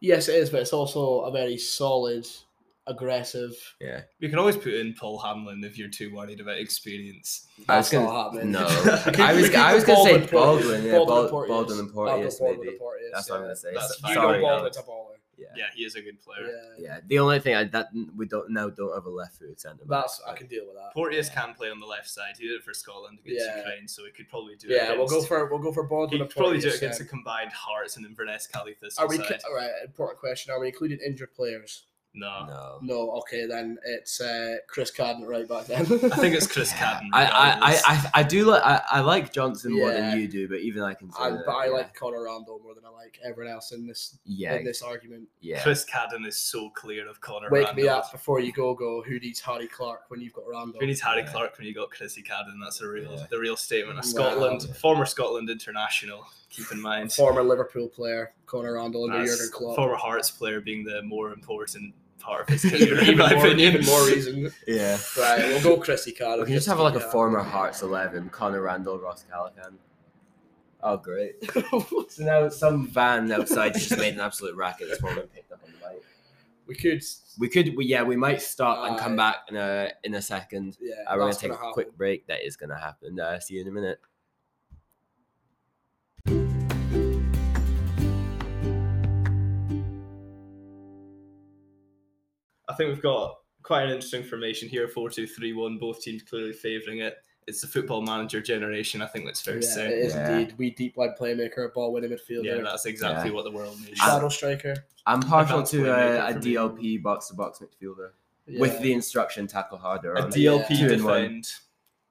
Yes, it is, but it's also a very solid, aggressive. Yeah, you can always put in Paul Hamlin if you're too worried about experience. I was That's gonna- not happening. No, [laughs] We keep- I was We [laughs] keep I the was gonna say Porteous. Baldwin, yeah, Bal- Porteous. Baldwin and I'll go Porteous Baldwin maybe. and Porteous, That's what I'm yeah. gonna say. That's So- fine. You Sorry, know Baldwin's a Alex. baller. Yeah, he is a good player. Yeah. Yeah, the only thing I that we don't now don't have a left foot centre. back. That's I can deal with that. Porteous can play on the left side. He did it for Scotland against Yeah. Ukraine, so he could probably do it. Yeah, we'll go against- for we'll go for He Baldwin could and probably do it Porteous, yeah. against the combined Hearts and Inverness Cali Thistle Are we side. all right? Important question. Are we including injured players? uh, No. no. No. Okay, then it's uh, Chris Cadden right back then. I think it's Chris Yeah, Cadden. I, I, I, regardless. I, I do like I, I like Johnson more Yeah. than you do, but even I can say [laughs] I, that, but I yeah. like Conor Randall more than I like everyone else in this yeah in this argument. yeah Chris Cadden is so clear of Connor Wake me Randall. up before you go go. Who needs Harry Clark when you've got Randall? Who needs Harry Yeah. Clark when you got Chrissy Cadden? That's a real, Yeah. the real statement. A Wow. Scotland, former Scotland international. Keep in mind, Former Liverpool player Conor Randall under That's Jurgen Klopp. former Hearts player being the more important part of his career, [laughs] [laughs] even, in my even, more, opinion. even more reason. yeah. Right, we'll go Chrissy Cadden. We can just have like a former Hearts eleven: Connor Randall, Ross Callaghan. Oh great! former. So now some van outside [laughs] just made an absolute racket this morning and picked up on the mic. [laughs] we could. We could, we, yeah, we might stop and come Aye. back in a in a second. Yeah, Uh, we're gonna that's take a gonna quick break. That is gonna happen. Uh, see you in a minute. [laughs] I think we've got quite an interesting formation here: four-two-three-one. Both teams clearly favouring it. It's the football manager generation. I think that's fair happen. to Yeah, say. it is Yeah. indeed. We deep line playmaker, ball winning midfielder. Yeah, that's exactly what the world needs. Shadow striker I'm partial Advanced to playmaker a, a for me. DLP box to box midfielder Yeah. with the instruction tackle harder. A on. DLP Yeah. Two in one. defend.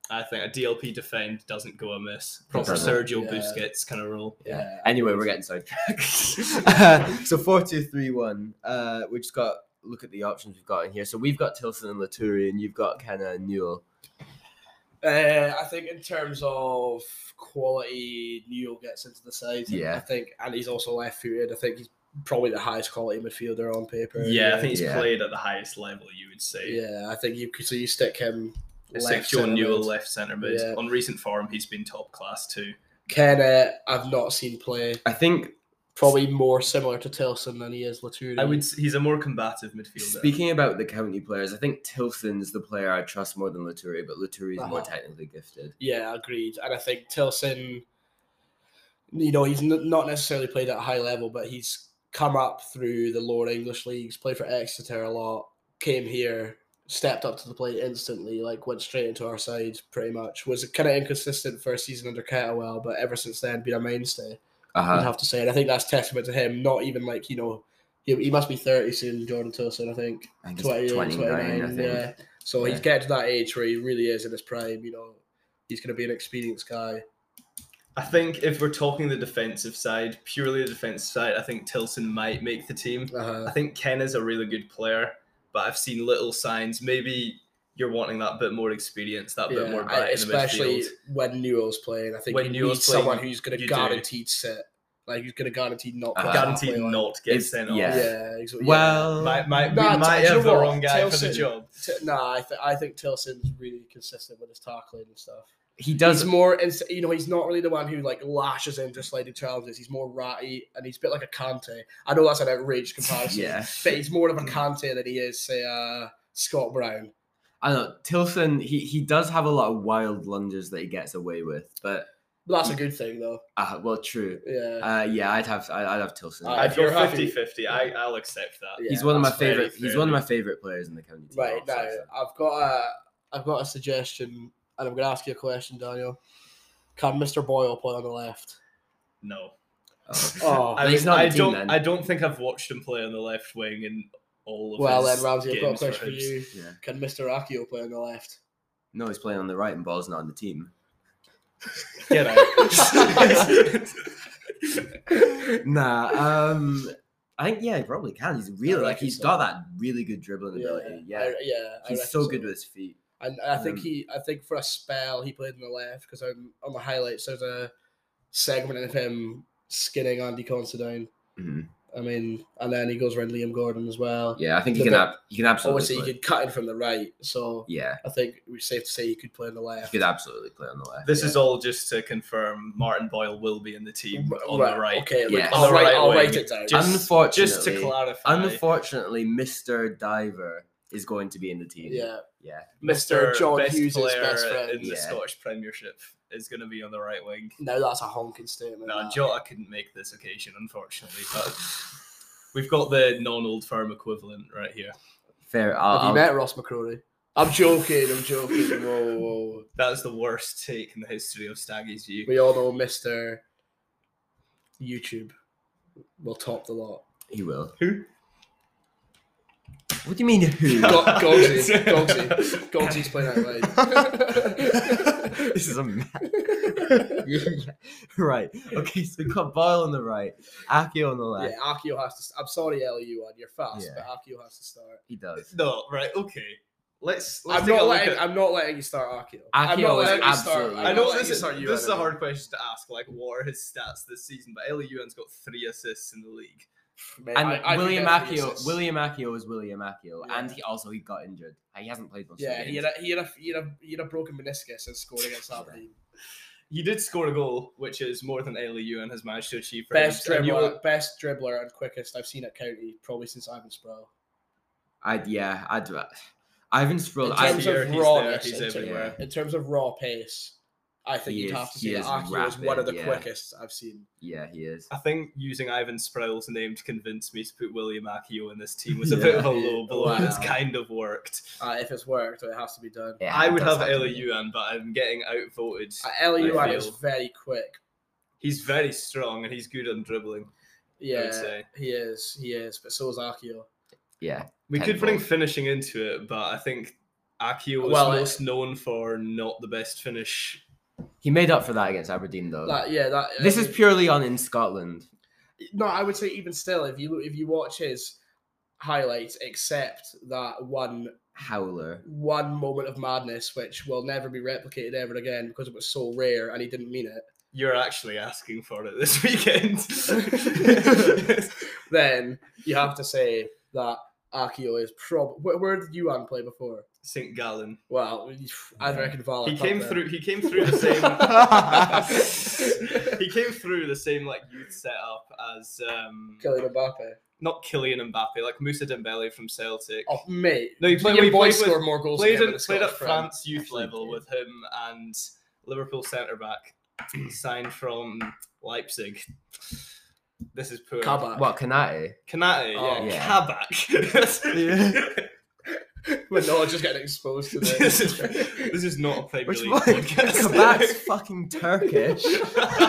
I think a DLP defend doesn't go amiss. Proper doesn't. Sergio Yeah. Busquets kind of role. Yeah. Anyway, we're getting sidetracked. uh, [laughs] so four two three one. Uh, we just got look at the options we've got in here. So we've got Tilson and Latoury, and you've got Kenna and Newell. Uh, I think in terms of quality, Newell gets into the side. Yeah. I think, and he's also left footed. I think he's probably the highest quality midfielder on paper. Yeah, I think he's Yeah. played at the highest level. You would say. Yeah, I think you could. So you stick him. Except left John centre Newell, mid. left centre mid. Yeah. On recent form, he's been top class too. Kenna, I've not seen play. I think Probably more similar to Tilson than he is Latour. I would. s- He's a more combative midfielder. Speaking about the county players, I think Tilson's the player I trust more than Latoury, but Latoury is more Uh-huh. technically gifted. Yeah, agreed. And I think Tilson, you know, he's n- not necessarily played at a high level, but he's come up through the lower English leagues, played for Exeter a lot, came here, stepped up to the plate instantly, like went straight into our side pretty much. Was kind of inconsistent first season under Kettlewell, but ever since then, been a mainstay. Uh, I'd Uh-huh. have to say. And I think that's testament to him. Not even like, you know, he, he must be 30 soon, Jordan Tilson, I think. I think he's 28, 29, 29, I think. yeah. So Yeah. he's getting to that age where he really is in his prime, you know. He's going to be an experienced guy. I think if we're talking the defensive side, purely the defensive side, I think Tilson might make the team. I Uh-huh. think Ken is a really good player, but I've seen little signs. Maybe you're wanting that bit more experience, that bit Yeah, more I- bite in the especially midfield. when Newell's playing. I think When you Newell's need someone playing, who's going you to do. guaranteed sit. Like, who's going to guaranteed not play Uh-huh. Guaranteed halfway line. not get It's- sent off. yeah. Yeah, exactly. Well, Might, might, Nah, we t- might do you know have the what? wrong guy for the Tilson- job. Nah, I, th- I think Tilson's really consistent with his tackling and stuff. he He's does. more, ins- you know, he's not really the one who like lashes into sliding challenges. He's more ratty, and he's a bit like a Kante. I know that's an outrageous [laughs] comparison, Yeah. Hmm. but he's more of a Kante than he is, say, uh, Scott Brown. I know Tilson. He he does have a lot of wild lunges that he gets away with, but Hmm. But that's a good thing, though. uh, well, true. Yeah, Uh, yeah, I'd have I, I'd have Tilson. Uh, I'd if go you're happy- 50 50. I'll accept that. Yeah. he's one of my that's very favorite. He's one of fair. my favorite players in the county team. right also, now so. I've got a, I've got a suggestion, and I'm going to ask you a question, Daniel. Can Mister Boyle play on the [laughs] left? No. Oh. Oh, I, But he's mean, not in I the team don't. then. I don't think I've watched him play on the left wing in all of. well his then, Ramsey, I've got a games question for Hibs. you. Oh, Yeah. Can Mister Akio play on the left? No, he's playing on the right, and ball's not on the [laughs] team. Get out. nah, um, I think yeah, he probably can. He's really I like reckon he's so. got that really good dribbling Yeah, ability. Yeah, I- yeah. I reckon he's so good with his feet. And I think Um, he, I think for a spell he played on the left because on on the highlights there's a segment of him skinning Andy Considine, Mhm. I mean, and then he goes around Liam Gordon as well. Yeah, I think you The can bit- ab- you can absolutely. Obviously, play- he could cut in from the right, so yeah, I think we're safe to say he could play on the you left. could absolutely play on the left. [laughs] This is all just to confirm Martin Boyle will be in the team R- on the right. Okay, look, Yeah. I'll, On the write, right I'll wing. write it down. Just- unfortunately, Just to clarify, unfortunately, Mr. Diver is going to be in the team. yeah, yeah. Mr. John best Hughes' player best friend. in the Yeah. Scottish Premiership is going to be on the right wing. now that's a honking statement. Nah, that. Jota couldn't make this occasion, unfortunately, but we've got the non-old firm equivalent right here. Fair. Have you I'll, I'll, met Ross McCrory? I'm joking. [laughs] I'm joking. Whoa, whoa, whoa. That is the worst take in the history of Staggy's View. We all know Mister YouTube will top [laughs] the lot. he will. Who? What do you mean [laughs] who? Go- Gogsy, Gogsy, Gogsy's playing out wide. this is a [laughs] ma- [laughs] yeah, yeah. right. Okay, so we've got Boyle on the right, Aki on the left. yeah, Akio has to. St- I'm sorry, LU one, you're fast, Yeah. but Akio has to start. He does. No, right, okay. Let's. let's I'm take a not look letting. at- I'm not letting you start Akio. Akio I'm not is letting you start- absolutely- I'm I not know letting this you is start you this is a anymore. hard question to ask. Like, what are his stats this season? But Eliuen's got three assists in the league. Mate, And I- I think William that's the Akio, assists. William Akio is William Akio, Yeah. and he also he got injured. He hasn't played most. Yeah, of the he games. had a he had a he had a, he had a broken meniscus and scored against Aberdeen. He did score a goal, which is more than Eliuen has managed to achieve. For Best him. And you dribbler, were- best dribbler and quickest I've seen at County probably since Ivan Sproul. I'd yeah, I'd. Ivan Sproul. in I, terms he's here, of he's there, rawness, he's in, terms- everywhere. in terms of raw pace, I think He you'd is- have to he say that is Aki was one of the rapid, yeah. quickest I've seen. yeah, he is. I think using Ivan Sproul's name to convince me to put William Akio in this team was a bit of a [laughs] Yeah. low blow, and it's Wow. kind of worked. Uh, if it's worked, it has to be done. Yeah, I he would does have to be. Eliuen, but I'm getting outvoted. Uh, LU I is feel- very quick. He's very strong and he's good on dribbling. Yeah, say. he is. He is. But so is Akio. Yeah, We could Tenfold. bring finishing into it, but I think Akio was Well, most known for not the best finish. he made up for that against Aberdeen though. That, yeah, that. this I is mean- purely on in Scotland. No, I would say even still, if you if you watch his highlights, except that one Howler. one moment of madness, which will never be replicated ever again because it was so rare and he didn't mean it. You're actually asking for it this [laughs] [laughs] weekend. then you have to say that Akio is prob. Where, where did Yuan play before? St. Gallen. Well, Oh, I reckon Valor. He top came there. through. He came through the [laughs] same. [laughs] he came through the same like youth setup as um, Kylian Mbappe. not Kylian Mbappe, like Musa Dembele from Celtic. Oh, mate. No, he played- Your he boy played with- scored more goals. played than in, him in the played at Scottish Prem. France youth Actually level did. with him and Liverpool centre back signed from Leipzig. This is poor. Kabak. What Kanate? Kanate, Oh. yeah, Yeah. [laughs] Kabak. We're not just getting [laughs] exposed to this is this. this is not a Premier Which League [laughs] one? podcast. Kabak's fucking [laughs] Turkish. [laughs] [laughs]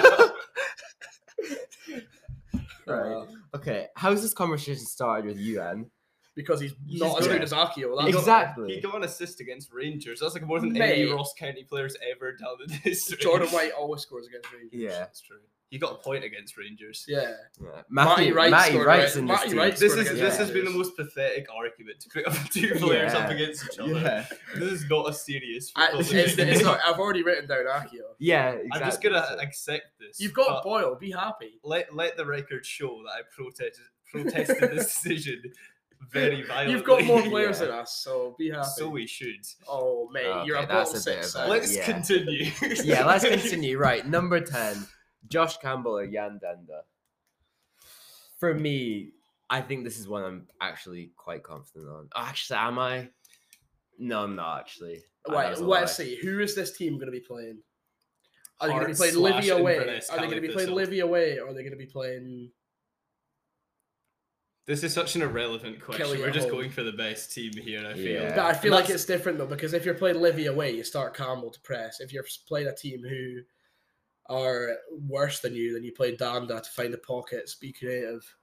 right. Uh, Okay. How's this conversation started with Yuan? because he's He's not as got- good as Akio. That's Exactly. He got an assist against Rangers. That's like more than any Mate. Ross County player's ever done in history. Jordan White always scores against Rangers. Yeah. [laughs] That's true. He got a point against Rangers. Yeah. Yeah. Matty Matty, Wright Matty scored, Wright's right? in this Matty team. Wright's This scored is against this has been the Rangers. most pathetic argument to put up two players up Yeah. against each other. Yeah. This is not a serious. I, football it's, it's, debate. it's not, I've already written down Akio. Yeah. Exactly. [laughs] I'm just gonna So- [laughs] accept this. You've got but Boyle. Be happy. let let the record show that I protested protested [laughs] this decision very violently. You've [laughs] got more players Yeah. than us, so be happy. so we should. oh, mate, Okay, you're a that's bottom a bit six. of a- eh? Let's yeah. continue. yeah. [laughs] Let's continue. Right. Number ten. Josh Campbell or Yan Danda. For me, I think this is one I'm actually quite confident on. Actually, am I? No, I'm not actually. Ah, that Right, was a let's lie. see. Who is this team going to be playing? Are they going to be Hearts playing slash Livy away? Are Inverness, they going to Cali be playing Thistle. Livy away? Or are they going to be playing? This is such an irrelevant question. Kelly We're at just home. going for the best team here. I feel. Yeah. But I feel And like that's- it's different though because if you're playing Livy away, you start Campbell to press. If you're playing a team who are worse than you, then you play Danda to find the pockets, be creative.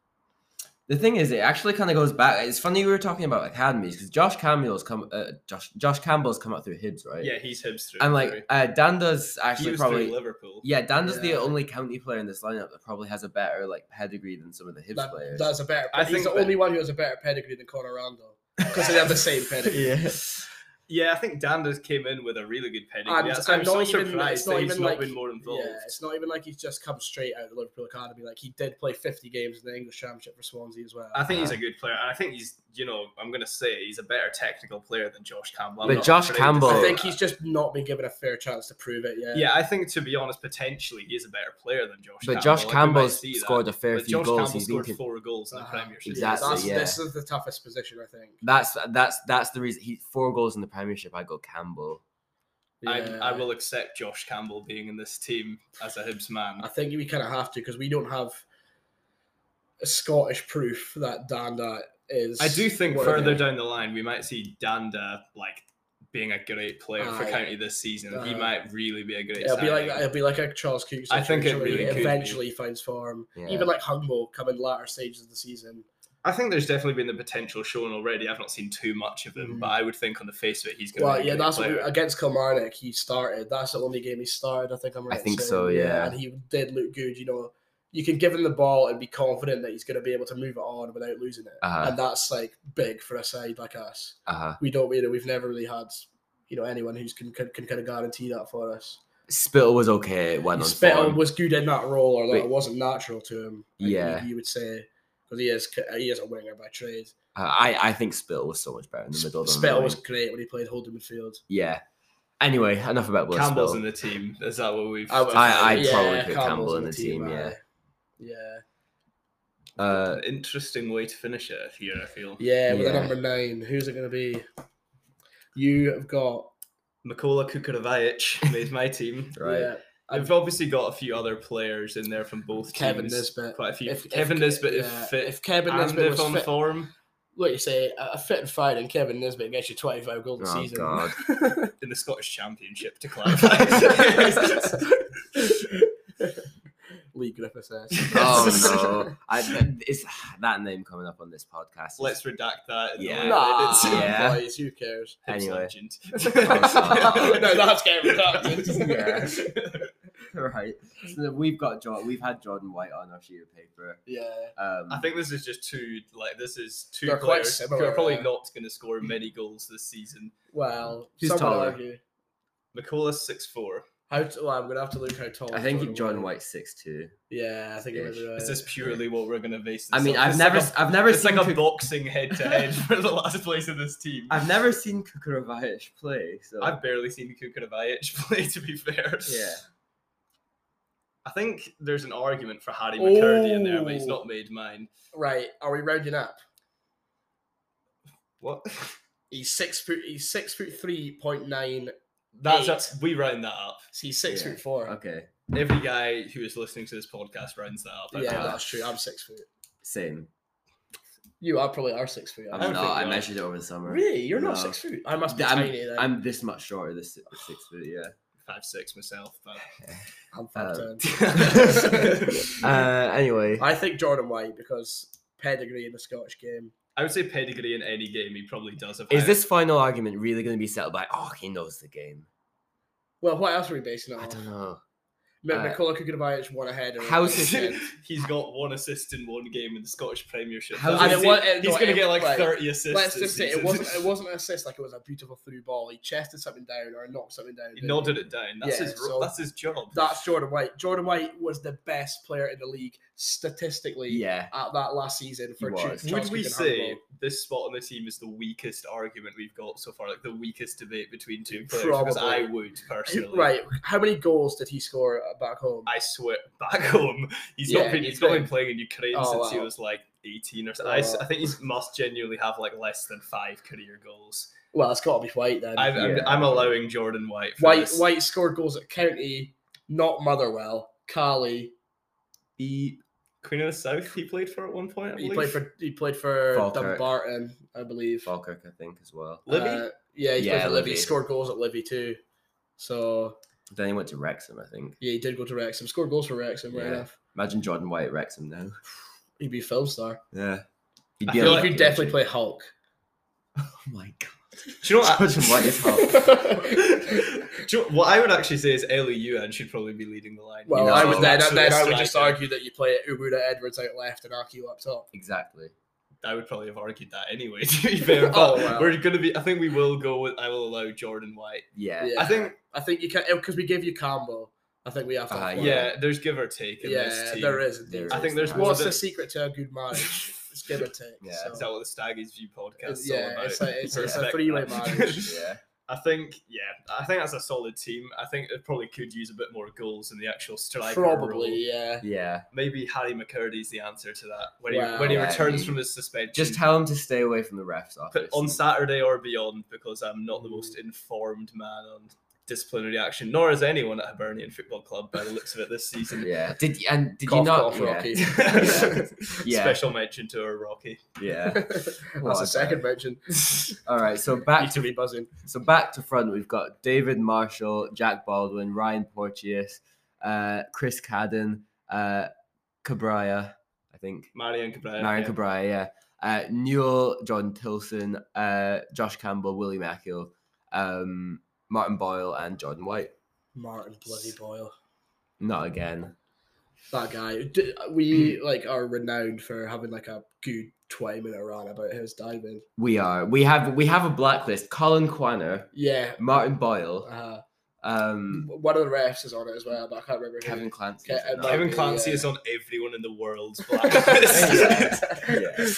The thing is, it actually kind of goes back. It's funny we were talking about academies because Josh Campbell's come, uh, Josh Josh Campbell's come up through Hibs, right? Yeah, he's hipster. And like uh, Danda's he actually was probably through Liverpool. yeah, Danda's the Yeah. only county player in this lineup that probably has a better like pedigree than some of the Hibs That, players. [laughs] that's a better. I I he's think the that- [laughs] only one who has a better pedigree than Conor Randall because they have the same pedigree. yeah. [laughs] Yeah, I think Danders came in with a really good penalty. And- Yeah, so and I'm not so even- it's surprised not that he's even not like- been more involved. Yeah, it's not even like he's just come straight out of the Liverpool Academy. Like he did play 50 games in the English Championship for Swansea as well. I think he's a good player, and I think he's, you know, I'm going to say he's a better technical player than Josh Campbell. I'm But not Josh afraid to Campbell- say I think that. he's just not been given a fair chance to prove it yet. Yeah, I think to be honest, potentially he is a better player than Josh. But Campbell. Josh Like, we might Campbell's see that. scored a fair But few Josh goals. Campbell He's scored been con- four goals in the Uh-huh. Premiership. Exactly, That's, yeah. This is the toughest position, I think. that's that's that's the reason. He four goals in the Premiership. I go Campbell. I, I Yeah. will accept Josh Campbell being in this team as a Hibs man. I think we kind of have to because we don't have a Scottish proof that Danda is. I do think what it further is. down the line we might see Danda like being a great player for Aye. County this season. he Uh, might really be a great. It'll be like signing. it'll be like a Charles Cook. I think it situation where he really could be. eventually finds form. Yeah. Even like Hungbo coming latter stages of the season. I think there's definitely been the potential shown already. I've not seen too much of him, Mhm. but I would think on the face of it, he's going to Well, be a yeah, great that's what player. we, uh, against Kilmarnock he started. That's the only game he started. I think I'm I right. in think saying. so, yeah. and he did look good. You know, you can give him the ball and be confident that he's going to be able to move it on without losing it, Uh-huh. and that's like big for a side like us. Uh huh. We don't, you know, we've never really had, you know, anyone who's can can, can kind of guarantee that for us. Spittle was okay. When on Spittle form. was good in that role, or that But- it wasn't natural to him. Yeah. you, you would say because he is he is a winger by trade. Uh, I I think Spittle was so much better in the middle. than on the Spittle wing. was great when he played holding midfield. Yeah. Anyway, enough about Will Campbell's in Spittle. the team. Is that what we've? I would- I- I'd decided? probably put Campbell on in the team, yeah. aye. yeah, Uh, An interesting way to finish it here. I feel yeah. With a Yeah. number nine, who's it going to be? You have got Mikola [laughs] Kukurovic made my team. right. yeah, I've obviously got a few other players in there from both Kevin teams. Nisbet. Quite a few. If- if Kevin Ke- Nisbet yeah, if fit. if Kevin and Nisbet if was on fit- form What you say? A a fit and fighting Kevin Nisbet gets you twenty five goals a Oh, season. [laughs] [laughs] God. in the Scottish Championship to clarify. Lee Griffith says. Oh no! I, that, it's [sighs] that name coming up on this podcast. is- [laughs] [laughs] Let's [laughs] redact that. in the Yeah. way Nah, that it's- Yeah. boys, [laughs] who cares? [laughs] Hibs Anyway. [laughs] legend. Oh, no, that's getting redacted. [laughs] right. So we've got Jordan. We've had Jordan White on our sheet of paper. yeah. Um, I think this is just two like this is 2 They're quite players who similar, are probably yeah. not going to score many goals this season. Well, Who's some would taller? argue. McCullough's six four. How t- well, I'm going to have to look how tall. I think Jordan Jordan was. White six two. Yeah, I think it was. uh, Ish. Right. Is this purely what we're going to base? I this mean, on? I've It's never, like a- I've never it's seen, like a Kuk- boxing head to [laughs] head for the last place of this team. I've never seen Kukurovic play. So I've barely seen Kukunovic [laughs] play, to be fair. yeah, I think there's an argument for Harry McCurdy in there, but he's Oh. not made mine. Right, are we rounding up? What? He's six foot. He's six foot three point nine. That's Eight. a- we round that up. So he's six Yeah. foot four. okay, Every guy who is listening to this podcast rounds that up. I Yeah, think. that's true. I'm six foot. same. You are probably are six foot. I'm aren't you? don't not. think I you are. measured it over the summer. Really, you're not No. six foot. I must be I'm, tiny then. I'm this much shorter. This si- six foot. [laughs] Yeah. [laughs] five six myself, [laughs] but I'm five Um, [laughs] ten. Uh, anyway, I think Jordan White because pedigree in the Scottish game. I would say pedigree in any game he probably does. Have is high- this final argument really going to be settled by? Oh, he knows the game. Well, what else are we basing it on? I don't know. Mi- uh, Mikola Kukunovic won ahead. of- How's his [laughs] [laughs] and he's got one assist in one game in the Scottish Premiership. How's That's it- And what I'm it wa- saying. uh, he's no, going to it- get like right. thirty assists. Let's this just say it season. wasn't it wasn't an assist like it was a beautiful through ball. He chested something down or knocked something down. [laughs] He didn't nodded it down. That's Yeah, his. ro- so- that's his job. That's Jordan White. Jordan White was the best player in the league statistically Yeah. at that last season for He Chu- was. Charles Would we Kuehn say Handball. this spot on the team is the weakest argument we've got so far, like the weakest debate between two players? Because I Probably. would personally. Right. How many goals did he score back home? I swear, [laughs] back home, he's Yeah, not been. he's He's, not been- been playing in Ukraine Oh, since he wow. was like eighteen or something. I s I Oh, I, think he must genuinely have like less than five career goals. well, it's gotta be White then. I'm, I'm, Yeah. I'm allowing Jordan White. For White this. White scored goals at County, not Motherwell, Cali. He Queen of the South. He played for at one point. I He believe. played for he played for Falkirk. Dumbarton, I believe. Falkirk, I think, as well. Livy. Uh, yeah, he played Yeah, for Livy. He Livy. scored goals at Livy too. So Then he went to Wrexham, I think. yeah, he did go to Wrexham. Scored goals for Wrexham. Right Yeah. enough, Imagine Jordan White at Wrexham now. he'd be a film star. Yeah. He'd I be on feel he the like- could page. definitely play Hulk. Oh my god. Do you know [laughs] what? I- Jordan White is hot. [laughs] Do you know- what I would actually say is Ellie Yuan should probably be leading the line. Well, know, I would he's then, Absolute then I would just striker. argue that you play Ubuda Edwards out left and Aki up top. Exactly. I would probably have argued that anyway. [laughs] To be fair, but [laughs] Oh, well. we're gonna be. I think we will go with. I will allow Jordan White. Yeah. Yeah. I think. Uh, I think you can because we gave you Campbell. I think we have to. Ah, have one. Yeah, there's give or take in this yeah, team. there is. indeed. There I think there's one What's that- the secret to a good [laughs] marriage? It's give or take. Yeah, so. Is that what the Staggies View podcast is all Yeah, about? it's a- it's a- it's a [laughs] Respect three-way that. [laughs] marriage. Yeah. I think, yeah, I think that's a solid team. I think it probably could use a bit more goals in the actual striker. role. Probably, [laughs] yeah. [laughs] Yeah. Maybe Harry McCurdy's the answer to that when he, Wow. when he Yeah, returns he- from his suspension. Just tell him to stay away from the refs But office. on Saturday or beyond, because I'm not the most informed man on disciplinary action, nor is anyone at Hibernian Football Club by the looks of it this season. Yeah. Did you- and did you Cough, not? cough, yeah. Rocky. [laughs] [laughs] Yeah. Special mention to our Rocky. yeah. That's Well, the second mention. All right. So Need [laughs] back to to be buzzing. so back to front. We've got David Marshall, Jack Baldwin, Ryan Porteous, uh, Chris Cadden, uh, Cabrera, I think. Marion Cabrera. Marion yeah. Cabrera, yeah. Uh, Newell, John Tilson, uh, Josh Campbell, Willie Mackle, um, Martin Boyle, and Jordan White. Martin bloody Boyle. Not again. That guy. D- We like are renowned for having like a good twenty minute rant about his diving. We are. We have. We have a blacklist. Colin Quanner, Yeah. Martin Boyle, Uh, um, one of the refs is on it as well, but I can't remember. who. [laughs] Kevin Clancy. Ke- isn't uh, it? Kevin Yeah. Clancy is on everyone in the [laughs] world's Yeah. blacklist.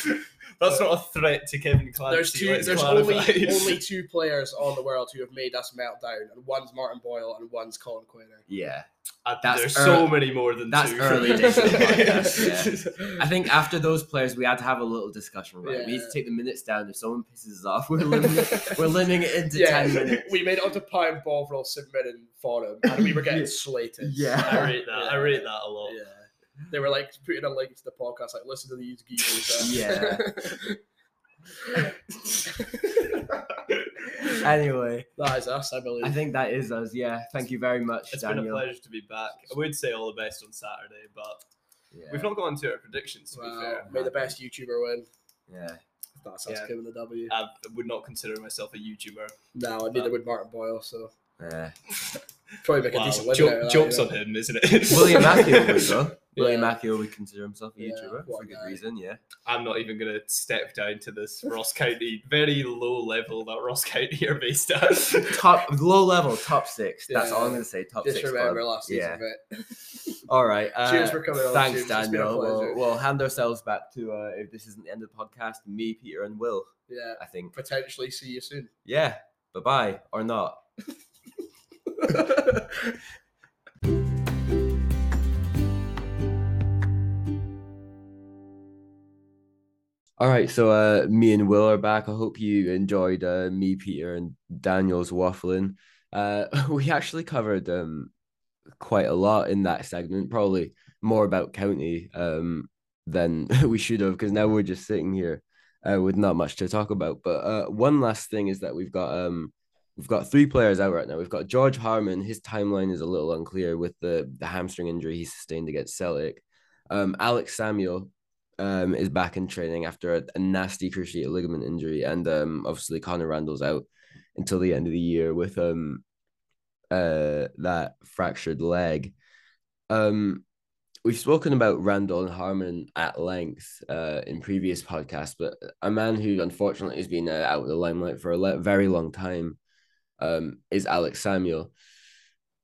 Yeah. That's not a threat to Kevin Clancy. There's two. let's [laughs] There's only, clarify. [laughs] only two players on the world who have made us melt down, and one's Martin Boyle and one's Colin Quayner. Yeah. Uh, that's there's ear- so many more than that's two. [laughs] early days [laughs] of the podcast, I think after those players, we had to have a little discussion. Right? We need to Yeah. take the minutes down. If someone pisses us off, [laughs] we're limiting, [laughs] we're limiting it into Yeah, ten minutes. we made it onto Pine Bovril submitting for him, and we were [laughs] getting Yeah. slated. Yeah. I rate that. I rate that a lot. Yeah. They were like putting a link to the podcast, like listen to these geezers. uh. Yeah. Anyway, [laughs] that is us, I believe. I think that is us. Yeah. Thank you very much, [laughs] It's Daniel. been a pleasure to be back. I would say all the best on Saturday, but Yeah. we've not gone into our predictions. To be wow. fair, May the best YouTuber win. yeah. That's us Yeah. giving the W. I would not consider myself a YouTuber. No, I neither would Martin Boyle, so Yeah. probably make a Wow. decent living Jo- out of that, jokes you know? on him, isn't it? William Mackey [laughs] would though. William Yeah. Mackey would consider himself a Yeah, YouTuber what for a good guy. reason. Yeah. I'm not even going to step down to this Ross County very low level that Ross County [laughs] are based at. Top low level, top six. That's all I'm Yeah. gonna say. Top Just six. remember club. last season, Yeah. mate. All right. Uh, Cheers for coming on. Thanks, James. It's been a Daniel. We'll, pleasure. we'll hand ourselves back to uh, if this isn't the end of the podcast. Me, Peter, and Will. Yeah. I think. Potentially see [laughs] you soon. Yeah. Bye bye or not. All right, so uh, me and Will are back. I hope you enjoyed uh, me, Peter, and Daniel's waffling. Uh, [laughs] we actually covered um, quite a lot in that segment, probably more about county um, than [laughs] we should have, because now we're just sitting here uh, with not much to talk about. But uh, one last thing is that we've got um, we've got three players out right now. We've got George Harmon. His timeline is a little unclear with the the hamstring injury he sustained against Celtic. Um, Alex Samuel, um, is back in training after a, a nasty cruciate ligament injury, and um, obviously Connor Randall's out until the end of the year with um, uh, that fractured leg. Um, we've spoken about Randall and Harmon at length uh, in previous podcasts, but a man who unfortunately has been uh, out of the limelight for a le- very long time um, is Alex Samuel.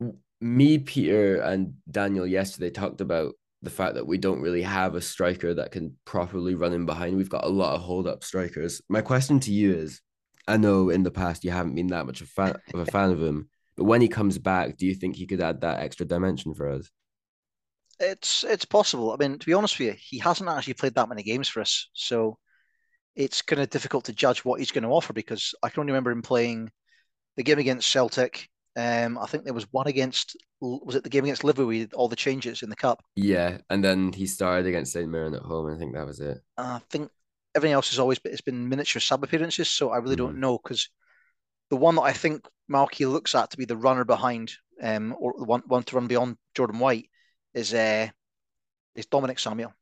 W- Me, Peter, and Daniel yesterday talked about the fact that we don't really have a striker that can properly run in behind. We've got a lot of hold up strikers. My question to you is I know in the past you haven't been that much of, fan, of [laughs] a fan of him, but when he comes back, do you think he could add that extra dimension for us? It's it's possible. I mean, to be honest with you, he hasn't actually played that many games for us, so it's kind of difficult to judge what he's going to offer because I can only remember him playing the game against Celtic. Um, I think there was one against was it the game against Liverpool? We did all the changes in the cup. Yeah. And then he started against St. Mirren at home. and I think that was it. I think everything else has always been, it's been miniature sub appearances, so I really don't know because the one that I think Malky looks at to be the runner behind um or the one one to run beyond Jordan White is uh is Dominic Samuel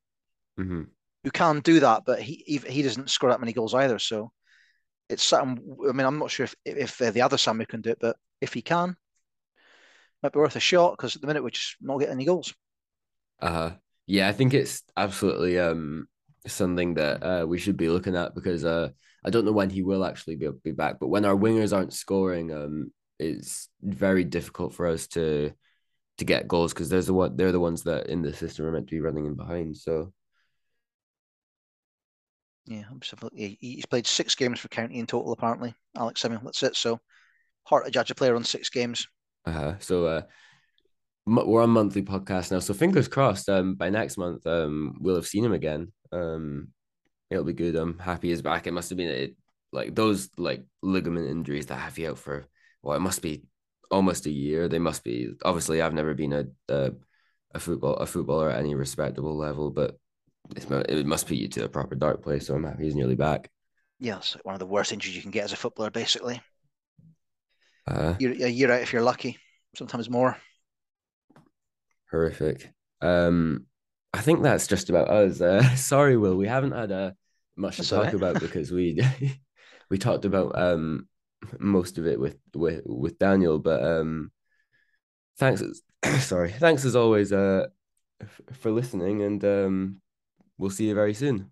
hmm who can do that, but he he, he doesn't score that many goals either. So it's something. I mean, I'm not sure if if uh, the other Samuel can do it, but if he can, might be worth a shot because at Uh-huh. the minute we're just not getting any goals. Uh huh. Yeah, I think it's absolutely um something that uh, we should be looking at because uh, I don't know when he will actually be, be back, but when our wingers aren't scoring, um, it's very difficult for us to to get goals because there's the one they're the ones that in the system are meant to be running in behind. So Yeah, absolutely. He- He's played six games for County in total, apparently. Alex Samuel, that's it. So hard to judge a player on six games. uh so uh, mo- we're on monthly podcast now. So fingers crossed. Um, by next month, um, we'll have seen him again. Um, it'll be good. I'm happy he's back. It must have been it, like those like ligament injuries that have you out for well, it must be almost a year. They must be obviously. I've never been a a, a football a footballer at any respectable level, but it's, mu- it must put you to a proper dark place. So I'm happy he's nearly back. Yeah, it's like one of the worst injuries you can get as a footballer, basically. Uh, You're a year out if you're lucky, sometimes more. horrific. Um, I think that's just about us. Uh, [laughs] sorry, Will, we haven't had uh, much to That's all talk right. about because we [laughs] we talked about um most of it with with with Daniel, but um, thanks. as- [clears throat] sorry, thanks as always uh f- for listening, and um, we'll see you very soon.